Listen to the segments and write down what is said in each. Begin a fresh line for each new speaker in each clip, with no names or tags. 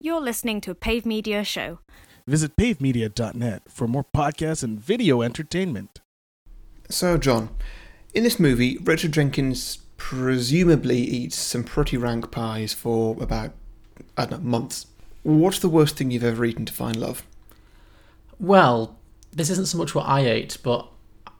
You're listening to a Pave Media show.
Visit pavemedia.net for more podcasts and video entertainment.
So, John, in this movie, Richard Jenkins presumably eats some pretty rank pies for about, I don't know, months. What's the worst thing you've ever eaten to find love?
Well, this isn't so much what I ate, but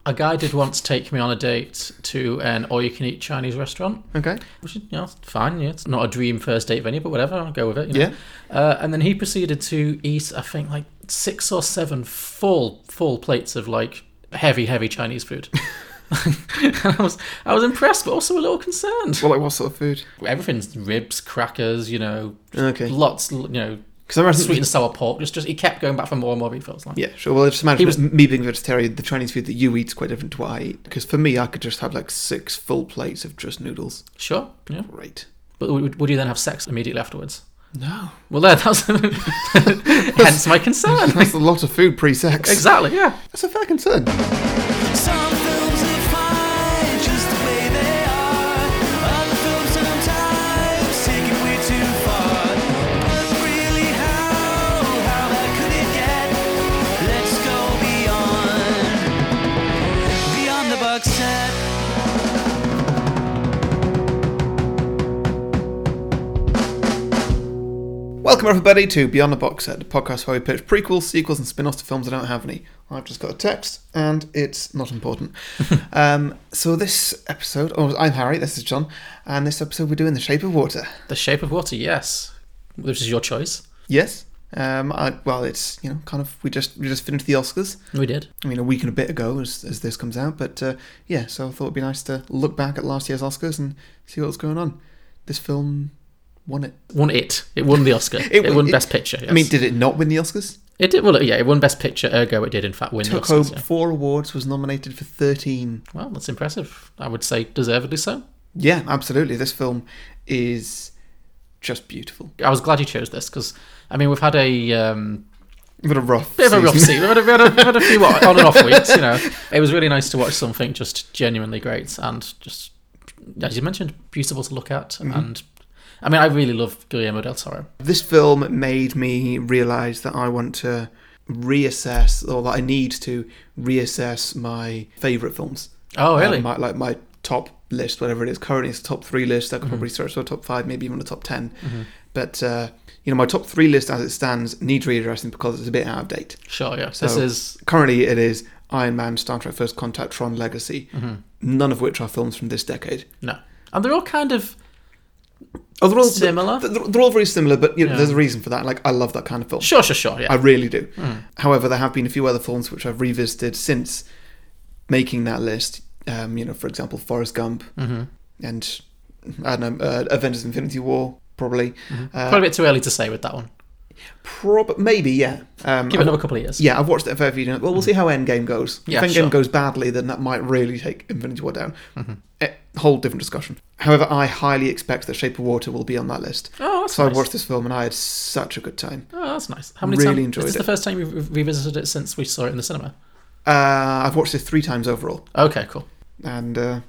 a guy did once take me on a date to an all-you-can-eat Chinese restaurant,
Okay.
which is you know, it's fine. Yeah, it's not a dream first date venue, but whatever, I'll go with it. You know?
Yeah.
Uh, and then he proceeded to eat, I think, like six or seven full full plates of like heavy, heavy Chinese food. and I was I was impressed, but also a little concerned.
Well, like what sort of food?
Everything's ribs, crackers, you know,
Okay.
lots, you know,
Because I imagine
sweet and sour pork. Just, just he kept going back for more and more refills. Like,
Yeah, sure. Well, I just imagine
He was-
that me being a vegetarian, the Chinese food that you eat is quite different to what I eat. Because for me, I could just have like six full plates of just noodles.
sure, yeah.
Great.
But would, would you then have sex immediately afterwards?
No,
Well, there, that's hence my concern.
that's a lot of food pre-sex.
exactly, yeah.
That's a fair concern.
Some films are fine just the way they are. Other films sometimes take it way too far. But really, how how bad could it get? Let's go beyond beyond the box set.
Welcome everybody to Beyond the Box Set, a podcast where we pitch prequels, sequels, and spin-offs to films that don't have any. I've just got a text, and it's not important. um, so this episode, oh, I'm Harry. This is John, and this episode we're doing The Shape of Water.
The Shape of Water, yes. This is your choice.
Yes. Um, I, well, it's you know kind of we just we just finished the Oscars.
We did.
I mean, a week and a bit ago as, as this comes out. But uh, yeah, so I thought it'd be nice to look back at last year's Oscars and see what's going on. This film won it.
Won it. It won the Oscar. it,
won-
won
it-
Best Picture. Yes.
I mean, did it not win the Oscars?
it did? Well, yeah, it won Best Picture. Ergo, it did in fact win the
Took
Oscars.
home
yeah.
four awards, was nominated for 13.
Well, that's impressive. I would say deservedly so.
Yeah, absolutely. This film is just beautiful.
I was glad you chose this because, I mean, we've had a um,
What a rough
bit of a rough
season.
season. We had a, we had a, we had a few on and off weeks, you know. It was really nice to watch something just genuinely great and just, as you mentioned, beautiful to look at.
Mm-hmm.
And I mean, I really love Guillermo del Toro.
This film made me realise that I want to reassess, or that I need to reassess my favourite films.
Oh, really?
Um, my, like my top list, whatever it is. Currently, it's top three list.
Mm-hmm.
I could probably search for a top five, maybe even a top 10 But uh, you know, my top three list as it stands needs readdressing because it's a bit out of date.
sure, yeah.
So
this is
currently it is Iron Man, Star Trek: First Contact, Tron Legacy,
Mm-hmm.
none of which are films from this decade.
no, and they're all kind of
Oh, they're all
Similar?
They're, they're all very similar, but you know,
Yeah.
there's a reason for that. Like, I love that kind of film.
sure, Hmm. sure, sure. Yeah,
I really do. However, there have been a few other films which I've revisited since making that list. Um, you know, for example, Forrest Gump
Mm-hmm.
and I don't know, uh, Avengers: Infinity War, probably. Uh,
Mm-hmm. probably a bit too early to say with that one.
prob- maybe, yeah. Um,
Give
I've-
it another couple of years.
Yeah, I've watched it a fair few. times. Well, we'll see how Endgame goes.
Yeah,
if Endgame
sure. Mm-hmm.
goes badly, then that might really take Infinity War down. Eh, whole different discussion. However, I highly expect that Shape of Water will be on that list.
Oh, that's
so
nice.
I watched this film and I had such a good time.
Oh, that's nice. How many
Really
times?
enjoyed
is this
it.
the first time you've re- revisited it since we saw it in the cinema?
Uh, I've watched this three times overall.
Okay, cool.
and uh,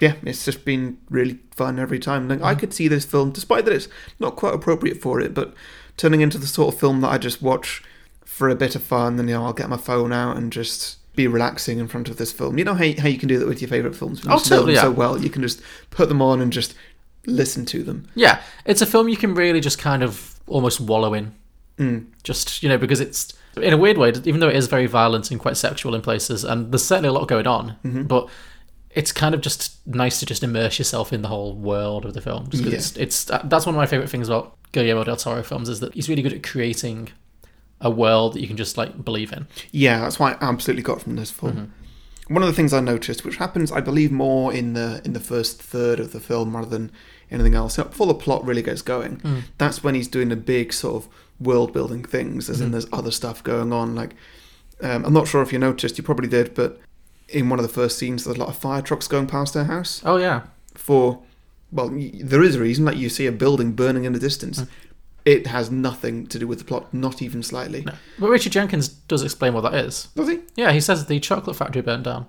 yeah, it's just been really fun every time. Like I
Mm.
could see this film, despite that it's not quite appropriate for it, but turning into the sort of film that I just watch for a bit of fun. Then you know, I'll get my phone out and just be relaxing in front of this film. You know how how you can do that with your favorite films. When you
Oh,
just know
totally,
them So
yeah.
well, you can just put them on and just listen to them.
Yeah, it's a film you can really just kind of almost wallow in. Mm. Just you know, because it's in a weird way, even though it is very violent and quite sexual in places, and there's certainly a lot going on, but it's kind of just nice to just immerse yourself in the whole world of the film. Just 'cause
Yeah.
it's, it's that's one of my favorite things about Guillermo del Toro films is that he's really good at creating a world that you can just like believe in.
Yeah, that's why I absolutely got from this film. One of the things I noticed, which happens, I believe, more in the in the first third of the film rather than anything else, before the plot really gets going, that's when he's doing the big sort of world building things, as in there's other stuff going on. Like, um, I'm not sure if you noticed, you probably did, but in one of the first scenes, there's a lot of fire trucks going past their house
Oh yeah,
for well y- there is a reason like you see a building burning in the distance it has nothing to do with the plot not even slightly
but Richard Jenkins does explain what that is.
does he
Yeah, he says the chocolate factory burned down.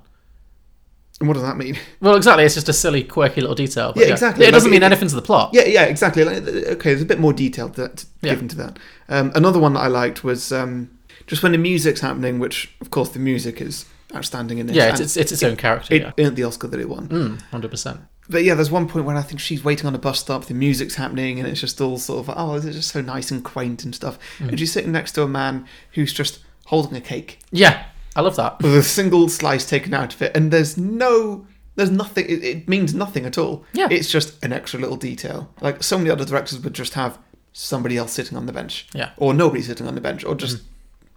And what does that mean?
Well, exactly. It's just a silly, quirky little detail. but
Yeah, exactly.
It doesn't
Like,
mean
it-
anything to the plot.
Yeah, yeah, exactly. Like, th- okay, there's a bit more detail that,
Yeah.
given to that. Um, another one that I liked was um, just when the music's happening, which of course the music is outstanding in this.
Yeah, it's
and
it's, it's its own character.
it
yeah, Mm. Hmm,
earned the Oscar that it won.
hundred percent.
But yeah, there's one point where I think she's waiting on a bus stop, the music's happening, and it's just all sort of, oh, this is just so nice and quaint and stuff.
Mm.
And she's sitting next to a man who's just holding a cake
Yeah, I love that.
with a single slice taken out of it, and there's no. There's nothing. It, it means nothing at all.
Yeah.
It's just an extra little detail. Like so many other directors would just have somebody else sitting on the bench.
Yeah. Mm.
Or nobody sitting on the bench, or just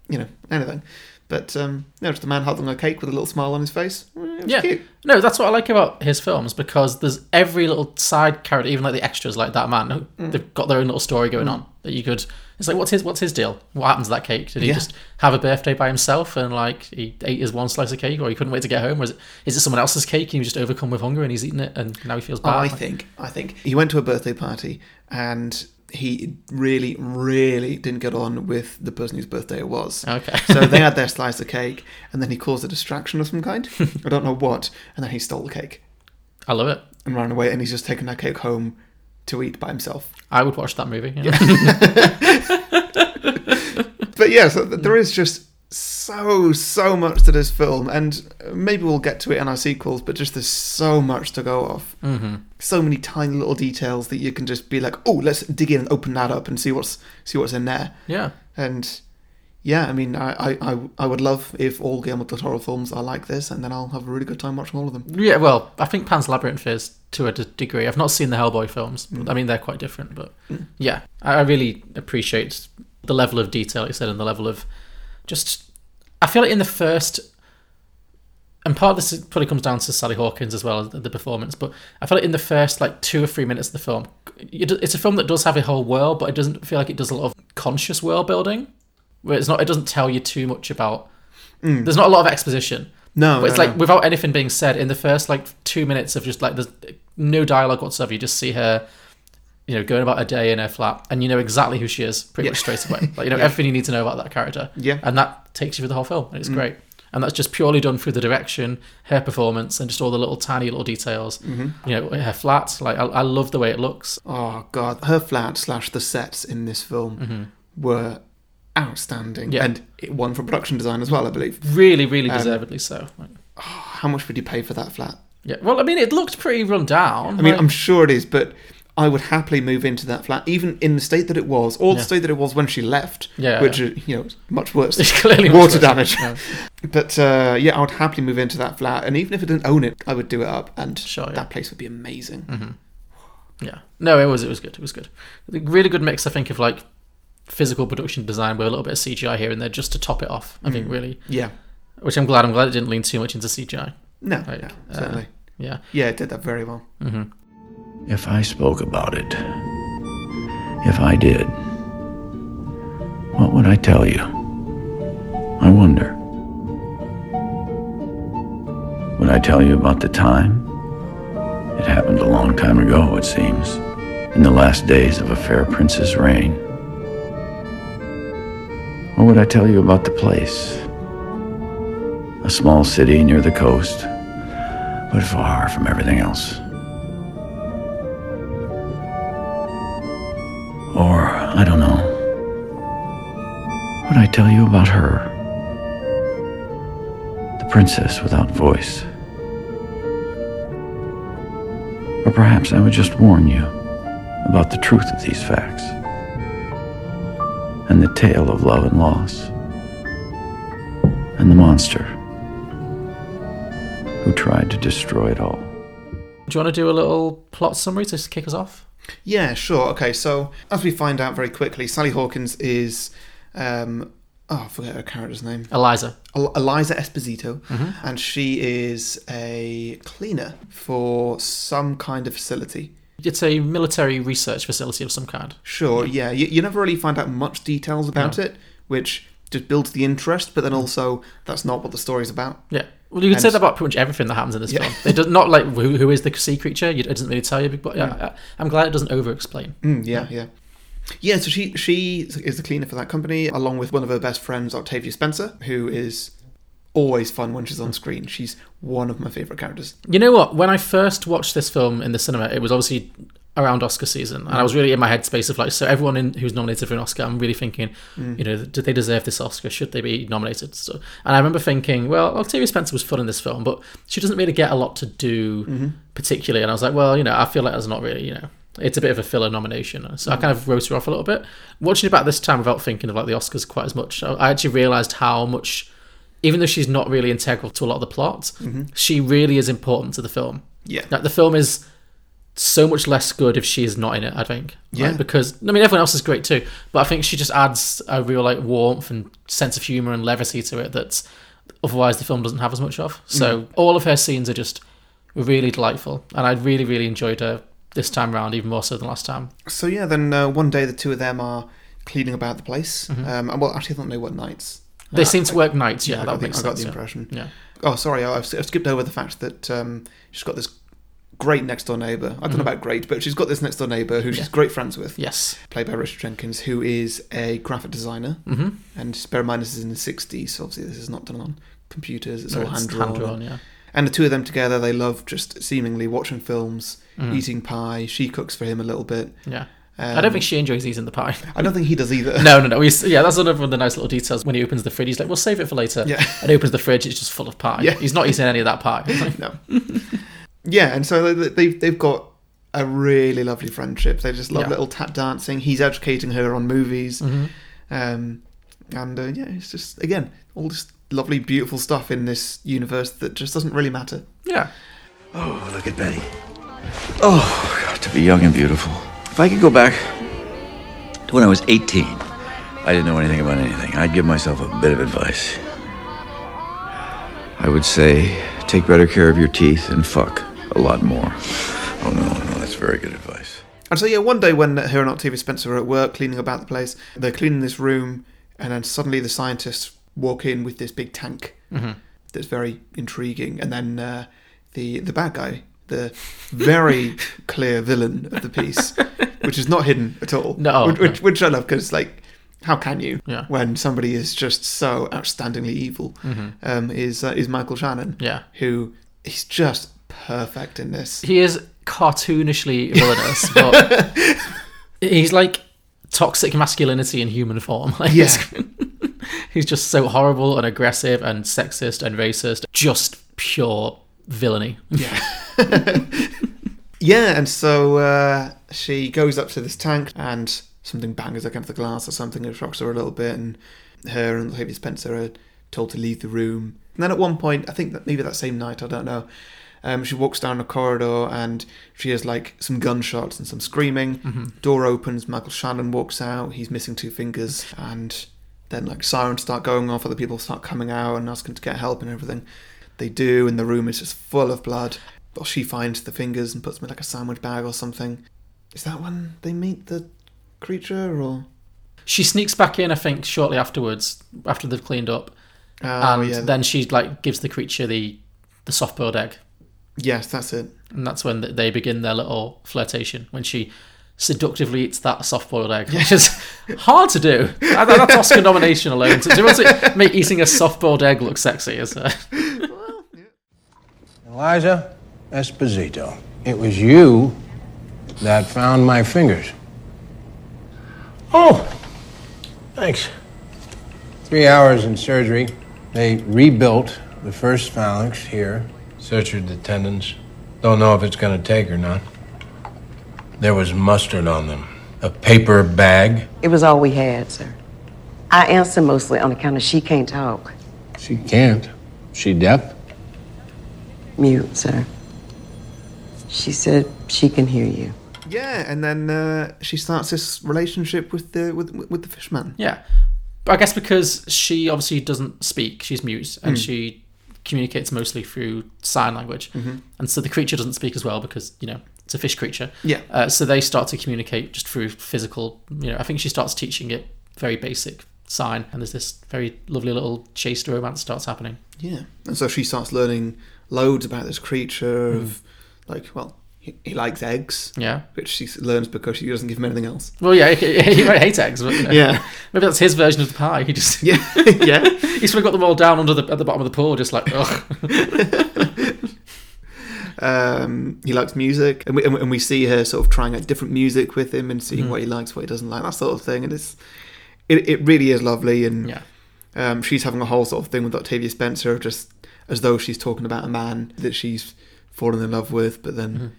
you know anything. But um, no, just a man holding a cake with a little smile on his face. Mm, It was
Yeah.
Cute.
No, that's what I like about his films because there's every little side character, even like the extras, like that man. who-
Mm.
They've got their own little story going on that you could. It's like, what's his what's his deal? What happened to that cake? Did he
Yeah.
just have a birthday by himself and like he ate his one slice of cake, or he couldn't wait to get home, or is it is it someone else's cake and he was just overcome with hunger and he's eaten it and now he feels bad?
Oh, I
Like,
think. I think he went to a birthday party and he really, really didn't get on with the person whose birthday it was.
Okay.
so they had their slice of cake, and then he caused a distraction of some kind. I don't know what, and then he stole the cake
I love it.
and ran away, and he's just taken that cake home to eat by himself.
I would watch that movie. you know?
But yeah, so th- there is just so so much to this film, and maybe we'll get to it in our sequels. But just there's so much to go off. Mm-hmm. So many tiny little details that you can just be like, oh, let's dig in and open that up and see what's see what's in there.
yeah.
And yeah, I mean, I I, I, I would love if all Guillermo del Toro films are like this, and then I'll have a really good time watching all of them.
Yeah, well, I think Pan's Labyrinth is to a d- degree. I've not seen the Hellboy films. But, I mean, they're quite different, but yeah, I, I really appreciate the level of detail like you said and the level of just. I feel like in the first, and part of this is- probably comes down to Sally Hawkins as well as the performance. But I feel like in the first like two or three minutes of the film, it, it's a film that does have a whole world, but it doesn't feel like it does a lot of conscious world building. Where it's not, it doesn't tell you too much about. There's not a lot of exposition.
No,
But it's
no,
like
no.
without anything being said in the first like two minutes of just like there's no dialogue whatsoever. You just see her, you know, going about her day in her flat, and you know exactly who she is pretty
Yeah.
much straight away. Like you know everything you need to know about that character.
Yeah. Mm.
and that takes you through the whole film, and it's great. And that's just purely done through the direction, her performance, and just all the little tiny little details.
Mm-hmm.
You know, her flat. Like I, I love the way it looks.
Oh god, her flat slash the sets in this film were outstanding,
Mm-hmm. Yeah.
and it won for production design as well, I believe.
Really,
Um,
really deservedly so. Like,
How much would you pay for that flat?
yeah. Well, I mean, it looked pretty run down.
I mean, I'm sure it is, but I would happily move into that flat, even in the state that it was, or the
Yeah.
state that it was when she left,
Yeah,
which
yeah.
is you know much worse.
It's clearly much
water
worse.
damage.
Yeah.
but uh, yeah, I would happily move into that flat, and even if I didn't own it, I would do it up, and
Sure, Oh, yeah. Mm.
that place would be amazing.
Yeah. No, it was it was good. It was good. A Really good mix, I think, of like physical production design with a little bit of CGI here and there just to top it off. I think
Mm.
really,
Yeah,
which I'm glad. I'm glad it didn't lean too much into CGI.
no,
Like,
no,
uh,
certainly,
Yeah. Mm-hmm.
yeah, it did that very well.
If I spoke about it, if I did, what would I tell you? I wonder. Would I tell you about the time? It happened a long time ago, it seems, in the last days of a fair prince's reign. Or would I tell you about the place? A small city near the coast, but far from everything else. Or, I don't know. Would I tell you about her? The princess without voice. Or perhaps I would just warn you about the truth of these facts and the tale of love and loss and the monster who tried to destroy it all.
Do you want to do a little plot summary to kick us off?
Yeah, sure. Okay, so as we find out very quickly, Sally Hawkins is, um, oh, I forget her character's name,
Eliza.
El- Eliza Esposito, and she is a cleaner for some kind of facility.
It's a military research facility of some kind.
Sure, yeah, you, you never really find out much details about it, which just builds the interest, but then also that's not what the story's about.
Yeah. Well, you could
And-
say that about pretty much everything that happens in this
Yeah.
film. It does not like who, who is the sea creature. you- It doesn't really tell you, but yeah, I, I'm glad it doesn't over-explain.
Mm, yeah, yeah. Yeah, so she she is the cleaner for that company, along with one of her best friends, Octavia Spencer, who is always fun when
Hmm.
she's on screen. She's one of my favorite characters.
You know what? When I first watched this film in the cinema, it was obviously around Oscar season, and I was really in my headspace of like, so everyone in, who's nominated for an Oscar, I'm really thinking, you know, did they deserve this Oscar? Should they be nominated? So, and I remember thinking, well, Octavia Spencer was fun in this film, but she doesn't really get a lot to do particularly. And I was like, well, you know, I feel like that's not really, you know. It's a bit of a filler nomination, so I kind of wrote her off a little bit. Watching it back this time without thinking of like the Oscars quite as much, I- I actually realised how much even though she's not really integral to a lot of the plot,
Mm-hmm.
she really is important to the film.
Yeah.
Like the film is so much less good if she is not in it. I think. Like,
Yeah.
because I mean, everyone else is great too, but I think she just adds a real like warmth and sense of humor and levity to it that's otherwise the film doesn't have as much of. So
Mm-hmm.
all of her scenes are just really delightful, and I really really enjoyed her this time around even more so than last time.
So yeah, then uh, one day the two of them are cleaning about the place. Um, and well, actually, I don't know what nights.
They seem to work nights. Mm-hmm. Yeah,
Ah, I
that
got, the,
makes
I got
sense.
the
yeah.
impression.
Yeah.
Oh, sorry, I- I've, I've skipped over the fact that um, she's got this great next door neighbor. I don't
Mm-hmm.
know about great, but she's got this next door neighbor who she's great friends with,
Yes.
played by Richard Jenkins, who is a graphic designer. Mm-hmm. And just bear in mind, this is in the 60s, so obviously this is not done on computers, it's
So
all
it's
hand drawn.
hand-drawn, yeah.
And the two of them together, they love just seemingly watching films, eating pie. She cooks for him a little bit.
Yeah. Mm. I
Um,
don't think she enjoys eating the pie.
I don't think he does either.
No, no, no. He's, yeah, that's one of the nice little details. When he opens the fridge, he's like, "We'll save it for later."
Yeah.
And he opens the fridge; it's just full of pie.
Yeah.
He's not eating any of that pie. He's like,
no. yeah, and so they- they've they've got a really lovely friendship. They just love
Yeah. Mm-hmm.
little tap dancing. He's educating her on movies, um, and uh, yeah, it's just again all this lovely, beautiful stuff in this universe that just doesn't really matter.
yeah.
Oh, look at Betty. Oh, God, to be young and beautiful. If I could go back to when I was 18, I didn't know anything about anything. I'd give myself a bit of advice. I would say, take better care of your teeth and fuck a lot more. Oh, no, no, that's very good advice.
And so yeah, one day when her and Octavia Spencer are at work cleaning about the place, they're cleaning this room, and then suddenly the scientists walk in with this big tank
Mm-hmm.
that's very intriguing, and then uh, the the bad guy, the very clear villain of the piece, which is not hidden at all.
No,
which,
no.
which, which I love because like. How can you?
Yeah.
When somebody is just so outstandingly evil, um, is uh, is Michael Shannon?
Mm-hmm. Yeah.
who he's just perfect in this.
He is cartoonishly villainous, but he's like toxic masculinity in human form. Like,
Yeah.
it's- he's just so horrible and aggressive and sexist and racist. Just pure villainy.
Yeah, and so uh, she goes up to this tank and something bangs against the glass or something and shocks her a little bit and her and Octavia Spencer are told to leave the room. And then at one point, I think that maybe that same night, I don't know, um, she walks down a corridor and she hears like some gunshots and some screaming. Door opens, Michael Shannon walks out, he's missing two fingers and then like sirens start going off, other people start coming out and asking to get help and everything. They do, and the room is just full of blood. Well, she finds the fingers and puts them in like a sandwich bag or something. Is that when they meet the creature or?
She sneaks back in, I think, shortly afterwards, after they've cleaned up,
Oh,
and
yeah.
then she like gives the creature the the soft boiled egg.
yes, that's it.
And that's when th- they begin their little flirtation when she seductively eats that soft boiled egg, which is hard to do. That- that- That's Oscar nomination alone. So, to also make eating a soft boiled egg look sexy is uh,
Eliza Esposito, it was you that found my fingers. Oh, thanks. Three hours in surgery. They rebuilt the first phalanx here, sutured the tendons. Don't know if it's going to take or not. There was mustard on them, a paper bag.
It was all we had, sir. I answer mostly on account of she can't talk.
She can't. She deaf?
Mute, sir. She said she can hear you.
Yeah, and then uh, she starts this relationship with the with with the fishman.
yeah. But I guess because she obviously doesn't speak, she's mute, and
Hmm.
she communicates mostly through sign language,
Mm-hmm.
and so the creature doesn't speak as well because you know it's a fish creature.
Yeah.
Uh, so they start to communicate just through physical. You know, I think she starts teaching it very basic sign, and there's this very lovely little chaste romance starts happening.
Yeah, and so she starts learning loads about this creature of like well He, he likes eggs,
Mm. Yeah.
which she s- learns because she doesn't give him anything else.
Well, yeah, he, he might hate eggs, but you know.
Yeah.
maybe that's his version of the pie. He just
Yeah, yeah.
he's sort of got them all down under the at the bottom of the pool, just like ugh.
Um, he likes music, and we, and we- and we see her sort of trying out different music with him and
Mm-hmm.
seeing what he likes, what he doesn't like, that sort of thing. And it's it, it really is lovely. And
yeah,
um, she's having a whole sort of thing with Octavia Spencer, just as though she's talking about a man that she's fallen in love with. But then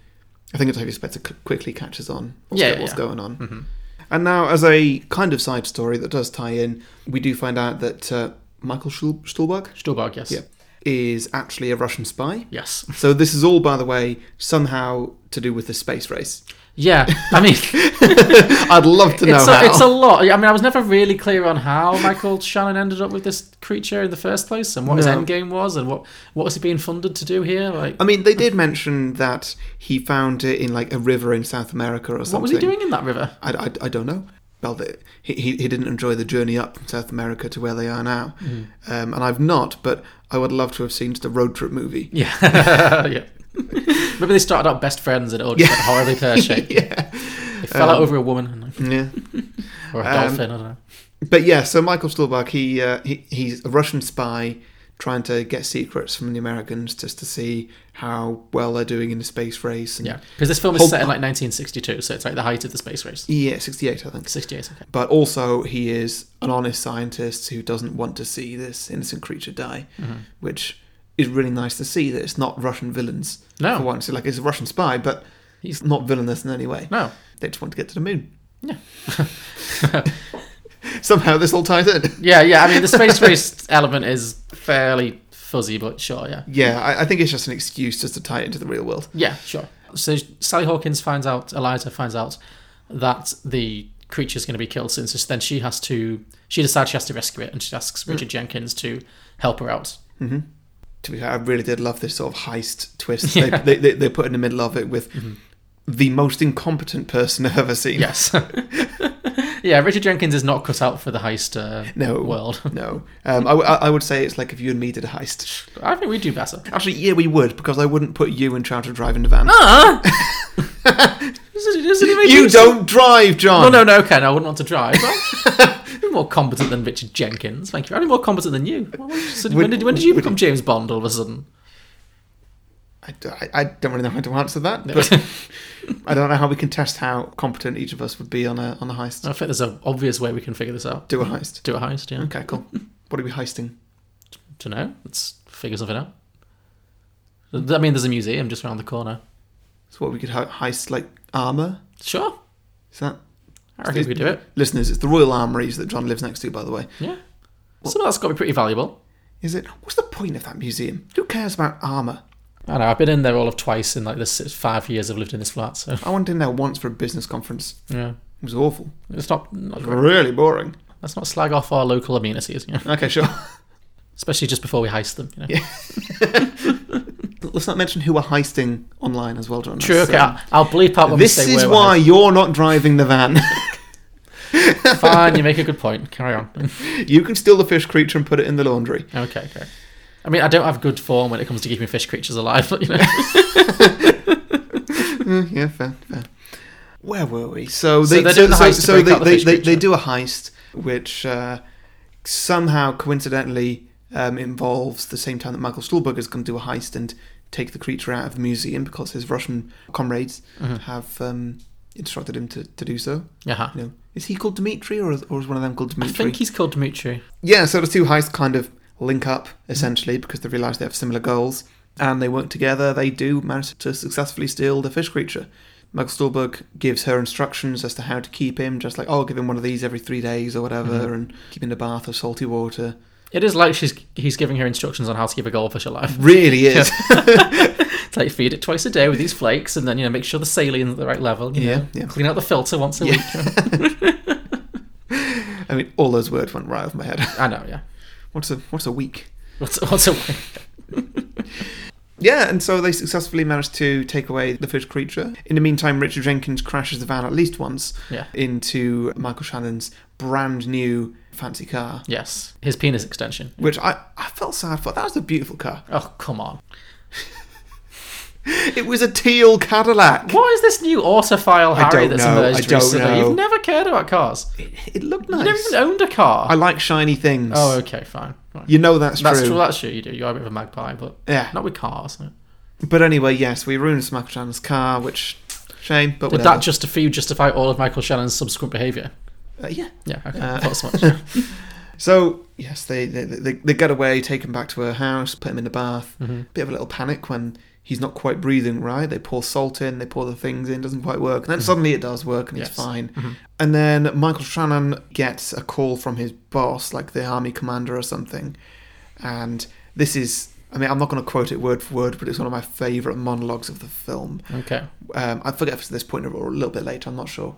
I think Octavia Spencer c- quickly catches on what's,
Mm-hmm. Yeah,
go- what's
yeah. Mm-hmm.
going on. And now, as a kind of side story that does tie in, we do find out that uh, Michael Stuhl- Stuhlbarg
Stuhlbarg, yes,
yeah, is actually a Russian spy.
yes,
So this is all, by the way, somehow to do with the space race.
yeah. I mean,
I'd love to know
it's
how.
a, it's a lot. I mean, I was never really clear on how Michael Shannon ended up with this creature in the first place, and what his
No.
end game was, and what what was he being funded to do here. Like,
I mean, they did mention that he found it in like a river in South America or something.
what was he doing in that river?
I, I, I don't know. Well, the, he, he he didn't enjoy the journey up from South America to where they are now.
Hmm.
Um, and I've not, but I would love to have seen just a road trip movie.
Yeah, yeah. Maybe they started out best friends and it all just went horribly pear shaped. yeah, they fell out over a woman and, like,
Um, Yeah.
or a
Um,
dolphin. I don't know.
But yeah, so Michael Stuhlbarg, he, uh, he he's a Russian spy trying to get secrets from the Americans just to see how well they're doing in the space race. And
Yeah, because this film is
Whole-
set in like 1962, so it's like the height of the space race.
Yeah, 68, E I think.
68, okay.
But also, he is an honest scientist who doesn't want to see this innocent creature die,
Mm-hmm.
which is really nice to see that it's not Russian villains.
No.
For once, like, it's a Russian spy, but he's not villainous in any way.
No.
They just want to get to the moon. Yeah. Somehow this all ties in.
Yeah, yeah. I mean, the space race element is fairly fuzzy, but sure, yeah.
Yeah, I, I think it's just an excuse just to tie it into the real world.
Yeah, sure. So Sally Hawkins finds out, Eliza finds out that the creature's going to be killed soon. So then she has to, she decides she has to rescue it and she asks
Hmm.
Richard Jenkins to help her out.
to be fair, I really did love this sort of heist twist they, they, they, they put in the middle of it with the most incompetent person I've ever seen.
Mm-hmm. Yes. yeah, Richard Jenkins is not cut out for the heist uh,
No.
world.
No. Um, I, w- I- I would say it's like if you and me did a heist.
I think we do better.
Actually, yeah, we would, because I wouldn't put you in charge of driving the van.
Doesn't it- doesn't it make
you
sense?
don't drive, John!
Oh no, no, Ken, I wouldn't want to drive. I'd be more competent than Richard Jenkins. Thank you. I'd be more competent than you. Well, so when, did, when did you become James Bond all of a sudden?
I, d- I- I don't really know how to answer that, but I don't know how we can test how competent each of us would be on a, on a heist.
I think there's an obvious way we can figure this out.
Do a heist.
Do a heist, yeah.
Okay, cool. What are we heisting?
To know, let's figure something out. I mean, there's a museum just around the corner.
So, what we could he- heist, like armour?
Sure,
Is that.
I reckon we could do it.
Listeners, it's the Royal Armouries that John lives next to, by the way.
Yeah. Some of that's got to be pretty valuable.
Is it? What's the point of that museum? Who cares about armour?
I know. I've been in there all of twice in like the six, five years I've lived in this flat. So
I went in there once for a business conference.
yeah,
It was awful.
it's not. not great.
Really boring.
Let's not slag off our local amenities, you know?
Okay, sure.
especially just before we heist them. You know?
Let's not mention who we're heisting online as well, John.
True.
That's,
Okay,
um,
I'll, I'll bleep out when
this
we say
is
where
why you're not driving the van.
We're heisting. Fine, you make a good point. Carry on.
you can steal the fish creature and put it in the laundry.
Okay, okay. I mean, I don't have good form when it comes to keeping fish creatures alive. You know?
Yeah, fair, fair. Where were we? So
So
they
they're
so,
doing the
so-
heist to
so
break
they,
out the
they,
fish
they, they
creature.
do a heist, which uh, somehow coincidentally um, involves the same time that Michael Stuhlberg is going to do a heist and take the creature out of the museum because his Russian comrades
Mm-hmm.
have um, instructed him to, to do so.
Uh-huh.
You know, is he called Dmitri or is, or is one of them called
I
Dmitri?
think he's called Dimitri.
yeah, so the two heists kind of link up essentially because they realise they have similar goals and they work together. They do manage to successfully steal the fish creature. Michael Stolberg gives her instructions as to how to keep him, just like, oh, give him one of these every three days or whatever, and keep him in a bath of salty water.
It is like she's he's giving her instructions on how to keep a goldfish alive.
Really is.
It's like feed it twice a day with these flakes, and then you know make sure the saline's at the right level. you
Yeah,
know,
yeah.
Clean out the filter once a week.
I mean, all those words went right off my head.
I know. Yeah.
what's a what's a week?
What's what's a
Yeah, and so they successfully managed to take away the fish creature. In the meantime, Richard Jenkins crashes the van at least once
Yeah.
into Michael Shannon's brand new fancy car.
yes? His penis extension.
Which I, I felt sad for. That was a beautiful car.
Oh come on.
It was a teal Cadillac.
What is this new autofile
I
Harry
don't
that's
know, I
emerged
don't
recently?
know.
You've never cared about cars. You
It looked nice.
never even owned a car.
I like shiny things.
oh, okay, fine. fine.
You know that's,
that's
true.
true. That's true. You do. You are a bit of a magpie, but
Yeah.
not with cars. no.
But anyway, yes, we ruined Smackdown's car, which shame. But
Did
whatever.
that just for you justify all of Michael Shannon's subsequent behaviour?
Uh, yeah.
Yeah, okay.
Uh,
thought so much.
So yes, they they, they they get away, take him back to her house, put him in the bath. Bit of a little panic when he's not quite breathing right. They pour salt in, they pour the things in, doesn't quite work, and then suddenly it does work and he's
Yes.
fine. And then Michael Shannon gets a call from his boss, like the army commander or something, and this is. I mean, I'm not going to quote it word for word, but it's one of my favourite monologues of the film.
okay.
um, I forget if it's this point or a little bit later, I'm not sure.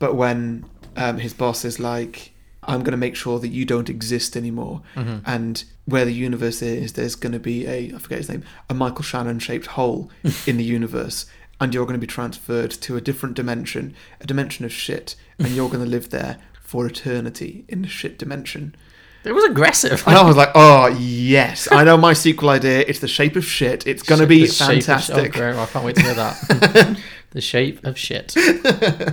But when um, his boss is like, I'm going to make sure that you don't exist anymore.
Mm-hmm.
And where the universe is, there's going to be a, I forget his name, a Michael Shannon shaped hole in the universe. And you're going to be transferred to a different dimension, a dimension of shit. And you're going to live there for eternity in the shit dimension.
It was aggressive.
And I was like, oh, yes. I know my sequel idea. It's the shape of shit. It's going to be
The shape of shit.
fantastic.
Oh, great. I can't wait to hear that. the shape of shit. It,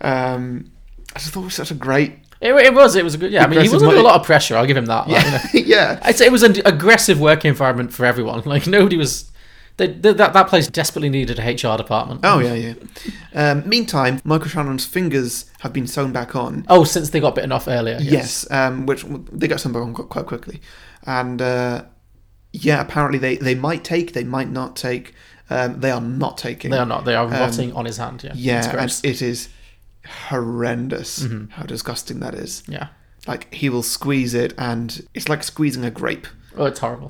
Um, I just thought it was such a great
it was. It was a good. Yeah, I mean, he
Aggressive
was under a
money.
lot of pressure. I'll give him that. Like, you know.
yeah.
I'd say it was an aggressive work environment for everyone. Like nobody was. They, th that that place desperately needed a HR department.
Oh yeah, yeah. Um, meantime, Michael Shannon's fingers have been sewn back on.
Oh, since they got bitten off earlier.
Yes, um, which they got some back on qu- quite quickly, and uh, yeah, apparently they they might take, they might not take. Um, they are not taking.
They are not. They are
Um,
rotting on his hand. Yeah. It's
Yeah, and
gross.
it is horrendous how disgusting that is.
Mm-hmm. yeah.
Like he will squeeze it, and it's like squeezing a grape.
Oh, it's horrible.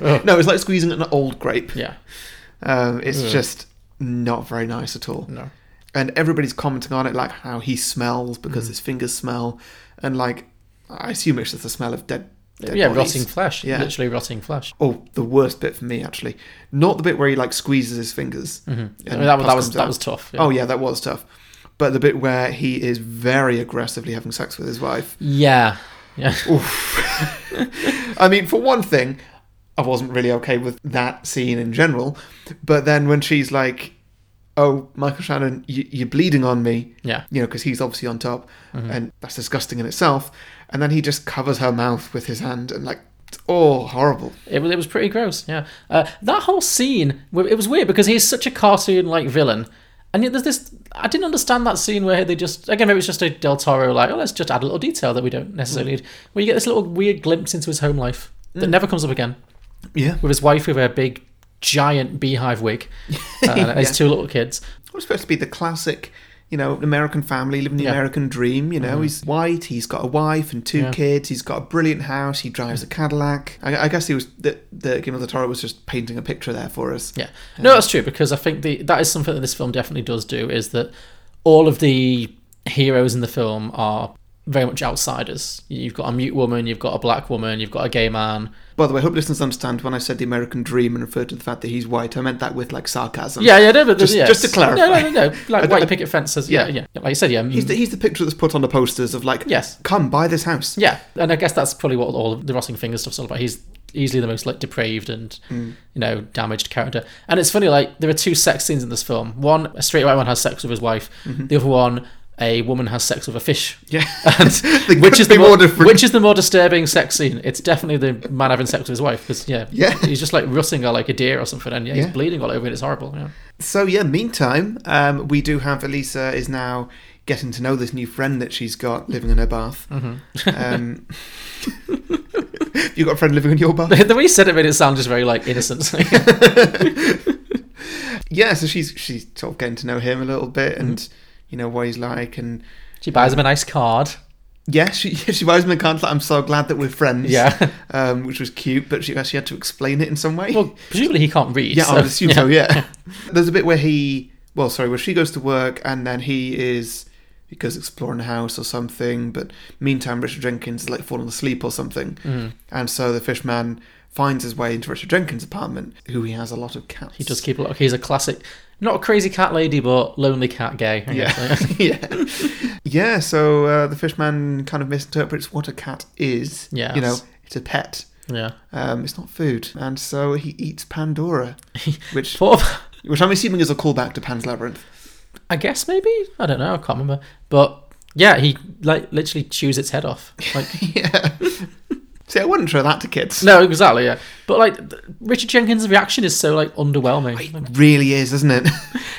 No, it's like squeezing an old grape.
yeah.
Um, it's just not very nice at all.
No.
And everybody's commenting on it, like how he smells
Mm.
because his fingers smell, and like I assume it's just the smell of dead. dead
yeah,
bodies.
rotting flesh.
Yeah.
Literally rotting flesh.
Oh, the worst bit for me actually, not the bit where he like squeezes his fingers. and
Mm-hmm. I mean, that,
pus
was- that was
comes
that
out.
was tough.
Oh yeah, that was tough. But the bit where he is very aggressively having sex with his wife.
Yeah. Yeah.
I mean, for one thing, I wasn't really okay with that scene in general. But then when she's like, "Oh, Michael Shannon, you, you're bleeding on me,"
Yeah. Mm-hmm.
you know, because he's obviously on top, and that's disgusting in itself. And then he just covers her mouth with his hand, and like, it's all horrible.
It was it was pretty gross. Yeah, uh, that whole scene w- it was weird because he's such a cartoon like villain, and yet there's this. I didn't understand that scene where they just again maybe it's just a Del Toro like oh let's just add a little detail that we don't necessarily need. Where you get this little weird glimpse into his home life that never comes up again
Yeah,
with his wife with her big giant beehive wig uh, and his two little kids.
Well, it's supposed to be the classic, you know, American family living the
Yeah. Mm-hmm.
American dream. You know, he's white, he's got a wife and two kids, he's got a brilliant house, he drives
Mm.
a Cadillac. I, I guess he was the, the Guillermo del Toro was just painting a picture there for us.
Yeah, no, that's true because I think the that is something that this film definitely does do is that all of the heroes in the film are very much outsiders. You've got a mute woman, you've got a black woman, you've got a gay man.
By the way, I hope listeners understand when I said the American dream and referred to the fact that he's white. I meant that with like sarcasm.
Yeah, yeah, no, but
Just-
yeah.
just to clarify.
no, no, no, no.
I
like
don't-
white picket fences. Yeah,
Yeah.
yeah, Like you said, yeah,
He's the, he's the picture that's put on the posters of like,
Yes.
come buy this house.
yeah. And I guess that's probably what all of the rotting finger stuff's all about. He's easily the most like depraved and you know damaged character. And it's funny, like there are two sex scenes in this film. One, a straight white man has sex with his wife. The other one. A woman has sex with a fish.
Yeah.
and
They couldn't
which is the
be
more,
more different.
which is the more disturbing sex scene? It's definitely the man having sex with his wife because yeah,
Yeah.
he's just like rutting her like a deer or something, and yeah,
Yeah.
he's bleeding all over it. It's horrible. Yeah.
So yeah, meantime, um, we do have Elisa is now getting to know this new friend that she's got living in her bath.
Mm-hmm.
um, you got a friend living in your bath?
the way you said it made it sound just very like innocent.
Yeah, so she's she's sort of getting to know him a little bit and
Mm-hmm.
you know what he's like and
she buys him a nice card.
yeah, she she buys him a card. like, I'm so glad that we're friends.
Yeah.
um, which was cute, but she actually had to explain it in some way.
Well, presumably he can't read.
Yeah, I
so-
would assume so. Yeah. There's a bit where he, well, sorry, where she goes to work and then he is he goes exploring the house or something. But meantime, Richard Jenkins is like falling asleep or something,
Mm-hmm.
and so the fishman finds his way into Richard Jenkins' apartment, who he has a lot of cats.
He does keep a look. He's a classic, not a crazy cat lady, but lonely cat gay. I
Yeah,
guess, like-
yeah, yeah. So uh, the fishman kind of misinterprets what a cat is.
Yes.
you know, it's a pet.
Yeah.
Um, it's not food, and so he eats Pandora, which
Poor-
which I'm assuming is a callback to Pan's Labyrinth.
I guess maybe I don't know. I can't remember. But yeah, he like literally chews its head off. Like
yeah. See, I wouldn't show that to kids.
no, exactly. Yeah. But like th- Richard Jenkins' reaction is so like underwhelming. Like,
It really is, isn't it?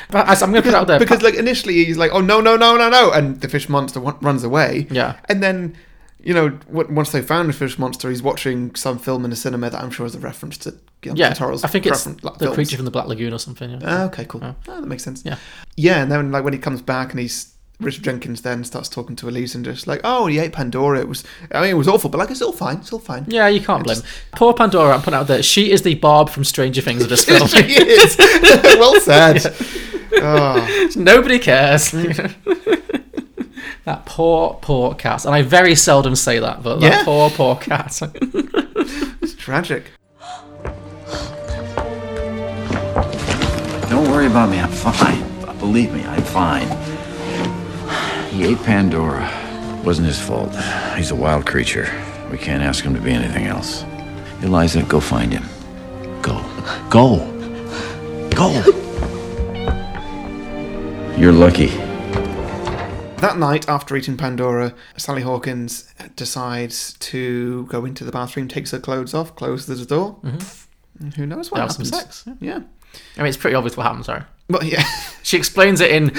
I, am gonna put it out there
because like initially he's like, "Oh no, no, no, no, no," and the fish monster w- runs away.
Yeah.
and then. You know, w- once they found the fish monster, he's watching some film in a cinema that I'm sure is a reference to Guillermo
yeah,
del Toro's
I think it's
preferen-
the
like, films.
creature from the Black Lagoon or something. Yeah.
Ah, okay, cool. Ah, that makes sense.
Yeah.
Yeah, and then like when he comes back and he's Richard Jenkins then starts talking to Elise and just like, oh, he ate Pandora. It was, I mean, it was awful, but like it's all fine. It's all fine.
yeah, you can't blame. Poor Pandora. I'm putting out there. She is the Barb from Stranger Things of this film.
she is. well said. Oh,
Nobody cares. that poor, poor cat. And I very seldom say that, but
Yeah.
that poor, poor cat.
it's tragic.
Don't worry about me. I'm fine. Believe me, I'm fine. He ate Pandora. Wasn't his fault. He's a wild creature. We can't ask him to be anything else. Eliza, go find him. Go. Go. Go. You're lucky.
That night, after eating Pandora, Sally Hawkins decides to go into the bathroom, takes her clothes off, closes the door. And Who knows what
Mm-hmm. Have some
happens?
sex,
Yeah.
I mean, it's pretty obvious what happened. Sorry.
Well, yeah.
She explains it in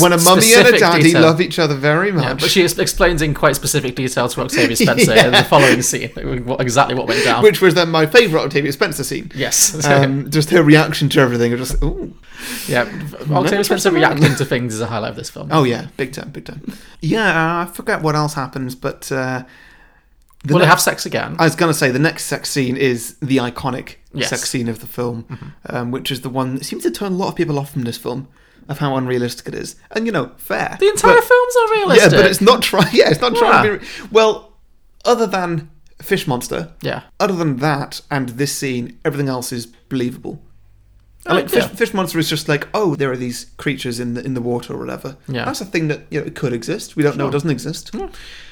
when a
s-
mummy and a
specific
daddy
detail.
love each other very much.
Yeah, Uh, but she ex- explains in quite specific detail to Octavia Spencer in the following scene like, what, exactly what went down.
which was then my favourite Octavia Spencer scene.
yes,
Um, just her reaction to everything. it was Just ooh.
yeah. Octavia Spencer reacting to things is a highlight of this film.
oh yeah, big time, big time. Yeah, I forget what else happens, but uh, the
Will they
next-
have sex again?
I was going to say the next sex scene is the iconic
Yes.
sex scene of the film, um, which is the one that seems to turn a lot of people off from this film of how unrealistic it is, and you know, fair.
the entire
but-
film's
yeah,
unrealistic.
but it's not trying. Yeah, it's not trying
Yeah.
to be. Re- well, other than fish monster.
Yeah.
Other than that and this scene, everything else is believable. I
Oh,
mean, fish,
yeah.
fish monster is just like, oh, there are these creatures in the in the water or whatever.
Yeah.
that's a thing that you know it could exist. We don't know it doesn't exist.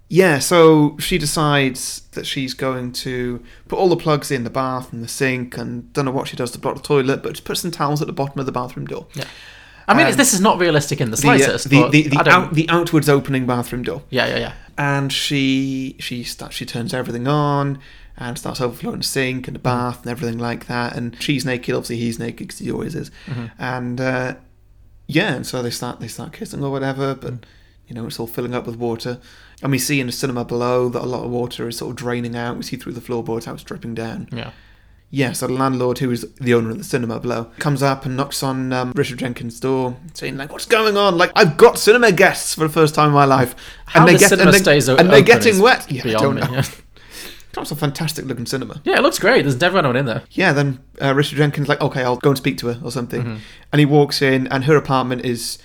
Yeah, so she decides that she's going to put all the plugs in the bath and the sink, and don't know what she does to block the toilet, but she puts some towels at the bottom of the bathroom door. Yeah,
I mean,
um,
it's this is not realistic in the
the, uh,
slightest.
the,
but
the, the,
I don't-
out, the outwards opening bathroom door
yeah, yeah, yeah.
and she she starts she turns everything on and starts overflowing the sink and the bath and everything like that and she's naked obviously he's naked because he always is and uh, yeah and so they start they start kissing or whatever but you know it's all filling up with water and we see in the cinema below that a lot of water is sort of draining out we see through the floorboards how it's dripping down
Yeah.
yeah, so the landlord, who is the owner of the cinema below, comes up and knocks on um, Richard Jenkins' door, saying like, "What's going on? Like, I've got cinema guests for the first time in my life,
How the cinema stays o-
and they're
open
getting
is
wet. Yeah, I
beyond
don't
me,
know.
yeah.
That's a fantastic looking cinema.
Yeah, it looks great. There's never anyone in there.
Yeah, then uh, Richard Jenkins like, "Okay, I'll go and speak to her or something,"
Mm-hmm.
and he walks in, and her apartment is.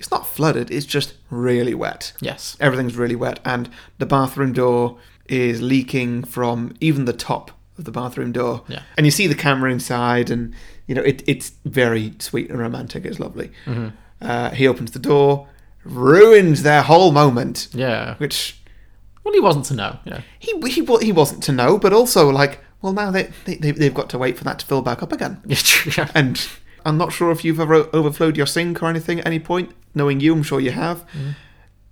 It's not flooded, it's just really wet.
Yes.
Everything's really wet, and the bathroom door is leaking from even the top of the bathroom door.
Yeah.
And you see the camera inside, and you know it, it's very sweet and romantic. It's lovely.
Mm-hmm.
Uh, he opens the door, ruins their whole moment.
Yeah.
Which
Well, he wasn't to know. You know.
he he wa- he wasn't to know, but also like, well, now they, they they- they've got to wait for that to fill back up again.
Yeah, true, yeah.
And I'm not sure if you've ever overflowed your sink or anything at any point. Knowing you, I'm sure you have.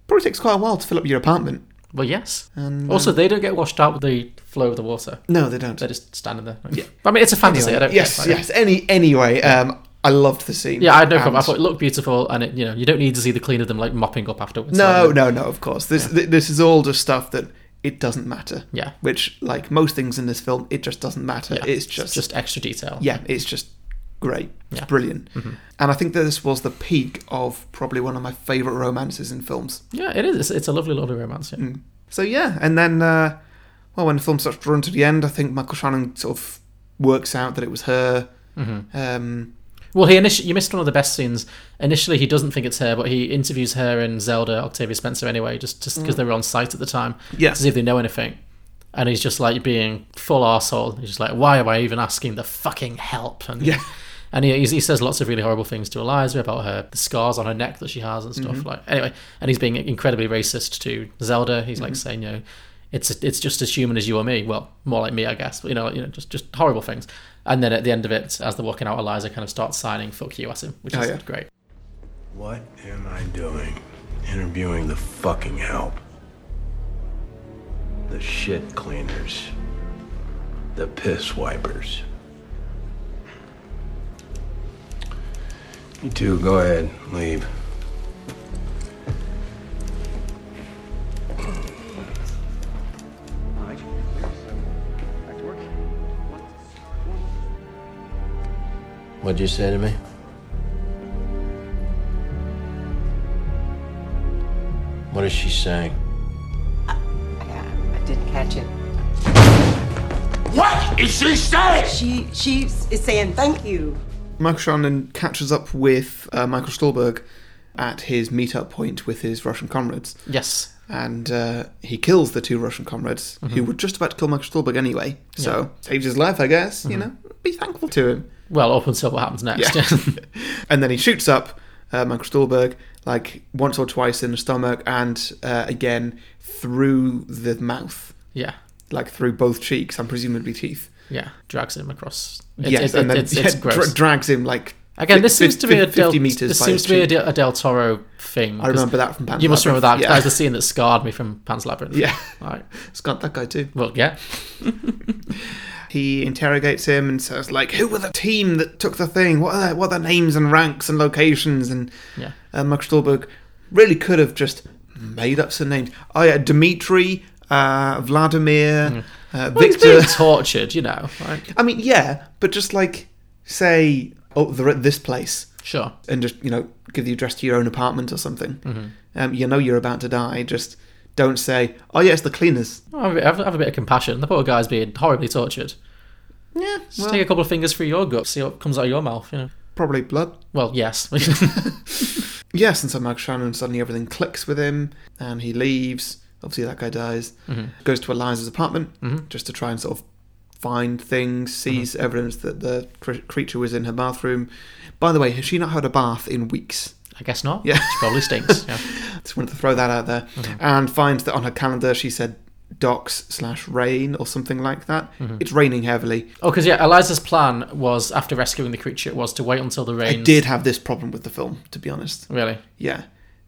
Probably takes quite a while to fill up your apartment.
Well, yes.
um,
also, they don't get washed out with the flow of the water.
No, they don't.
They're just standing there. Yeah. I mean, it's a fantasy. I don't
yes,
care.
yes. Any anyway, um, I loved the scene.
Yeah, I had no problem. I
And-
thought it looked beautiful, and it, you know, you don't need to see the clean of them like mopping up afterwards.
No,
Like,
no, no. Of course, this th- this is all just stuff that it doesn't matter.
Yeah.
Which, like most things in this film, it just doesn't matter.
yeah,
It's just,
just extra detail.
yeah, it's just great. It's
Yeah.
brilliant. And I think that this was the peak of probably one of my favorite romances in films.
yeah, it is. It's, it's a lovely, lovely romance. Yeah.
So yeah, and then uh, well, when the film starts drawing to the end, I think Michael Shannon sort of works out that it was her. Um,
Well, he initi- you missed one of the best scenes. Initially, he doesn't think it's her, but he interviews her and Zelda, Octavia Spencer, anyway, just because they were on site at the time.
Mm. Yeah.
To see if they know anything. And he's just like being full arsehole. He's just like, why am I even asking the fucking help? And
Yeah.
And he, he's- he says lots of really horrible things to Eliza about her the scars on her neck
Mm-hmm. Mm-hmm.
that she has and stuff. Like anyway, and he's being incredibly racist to Zelda. He's like saying, you know, It's it's just as human as you or me. Well, more like me, I guess. But you know, you know, just just horrible things. And then at the end of it, as they're walking out, Eliza kind of starts signing "fuck you" at him, which
Oh,
is
yeah.
great.
What am I doing? Interviewing the fucking help. The shit cleaners. The piss wipers. You two, go ahead, leave. What'd you say to me? What is she saying?
I didn't catch it.
What is she saying?
She she is saying thank you.
Michael Shannon catches up with uh, Michael Stolberg at his meetup point with his Russian comrades,
Yes,
and uh, he kills the two Russian comrades who were just about to kill Michael Stolberg anyway. So saves his life, I guess. You know, be thankful to him.
Well, up until what happens next.
Yeah.
Yeah.
and then he shoots up uh, Michael Stolberg like once or twice in the stomach, and uh, again through the mouth,
yeah.
like through both cheeks and presumably teeth.
Yeah. Drags him across. It,
yes,
yes, it,
and then
it's, it's
yeah,
gross.
dra- drags him like
Again, this
fif-
seems to be a
fif-
Del,
fifty meters.
this
by
seems
his
to be a
cheek.
Del, a Del Toro thing.
I
'cause
remember that from Pan's
You must remember that.
Labyrinth,
'cause
yeah.
That was the scene that scarred me from Pan's Labyrinth.
Yeah.
Like,
It's got that guy too.
well, yeah.
He interrogates him and says, like, who were the team that took the thing? What are their, what are their names and ranks and locations? And
Yeah.
uh, Max Stolberg really could have just made up some names. Oh, yeah, Dmitri, uh, Vladimir, uh,
Hmm. Well, he's being
Victor.
tortured, you know. Like,
I mean, yeah, but just like, say, oh, they're at this place
sure.
and just, you know, give the address to your own apartment or something.
Mm-hmm.
Um, you know you're about to die. Just don't say, oh, yeah, it's the cleaners.
Have, a bit- have, have a bit of compassion. The poor guy's being horribly tortured.
Yeah,
Just
well,
take a couple of fingers through your gut, see what comes out of your mouth, you know.
probably blood.
Well, yes.
Yes, and so Mark Shannon suddenly everything clicks with him, and he leaves. Obviously, that guy dies. Goes to Eliza's apartment just to try and sort of find things. Sees evidence that the cr- creature was in her bathroom. By the way, has she not had a bath in weeks?
I guess not.
Yeah.
Which probably stinks. Yeah.
Just wanted to throw that out there. And finds that on her calendar she said docks slash rain or something like that. It's raining heavily.
Oh, because yeah, Eliza's plan was after rescuing the creature was to wait until the rain.
I did have this problem with the film, to be honest.
really.
Yeah,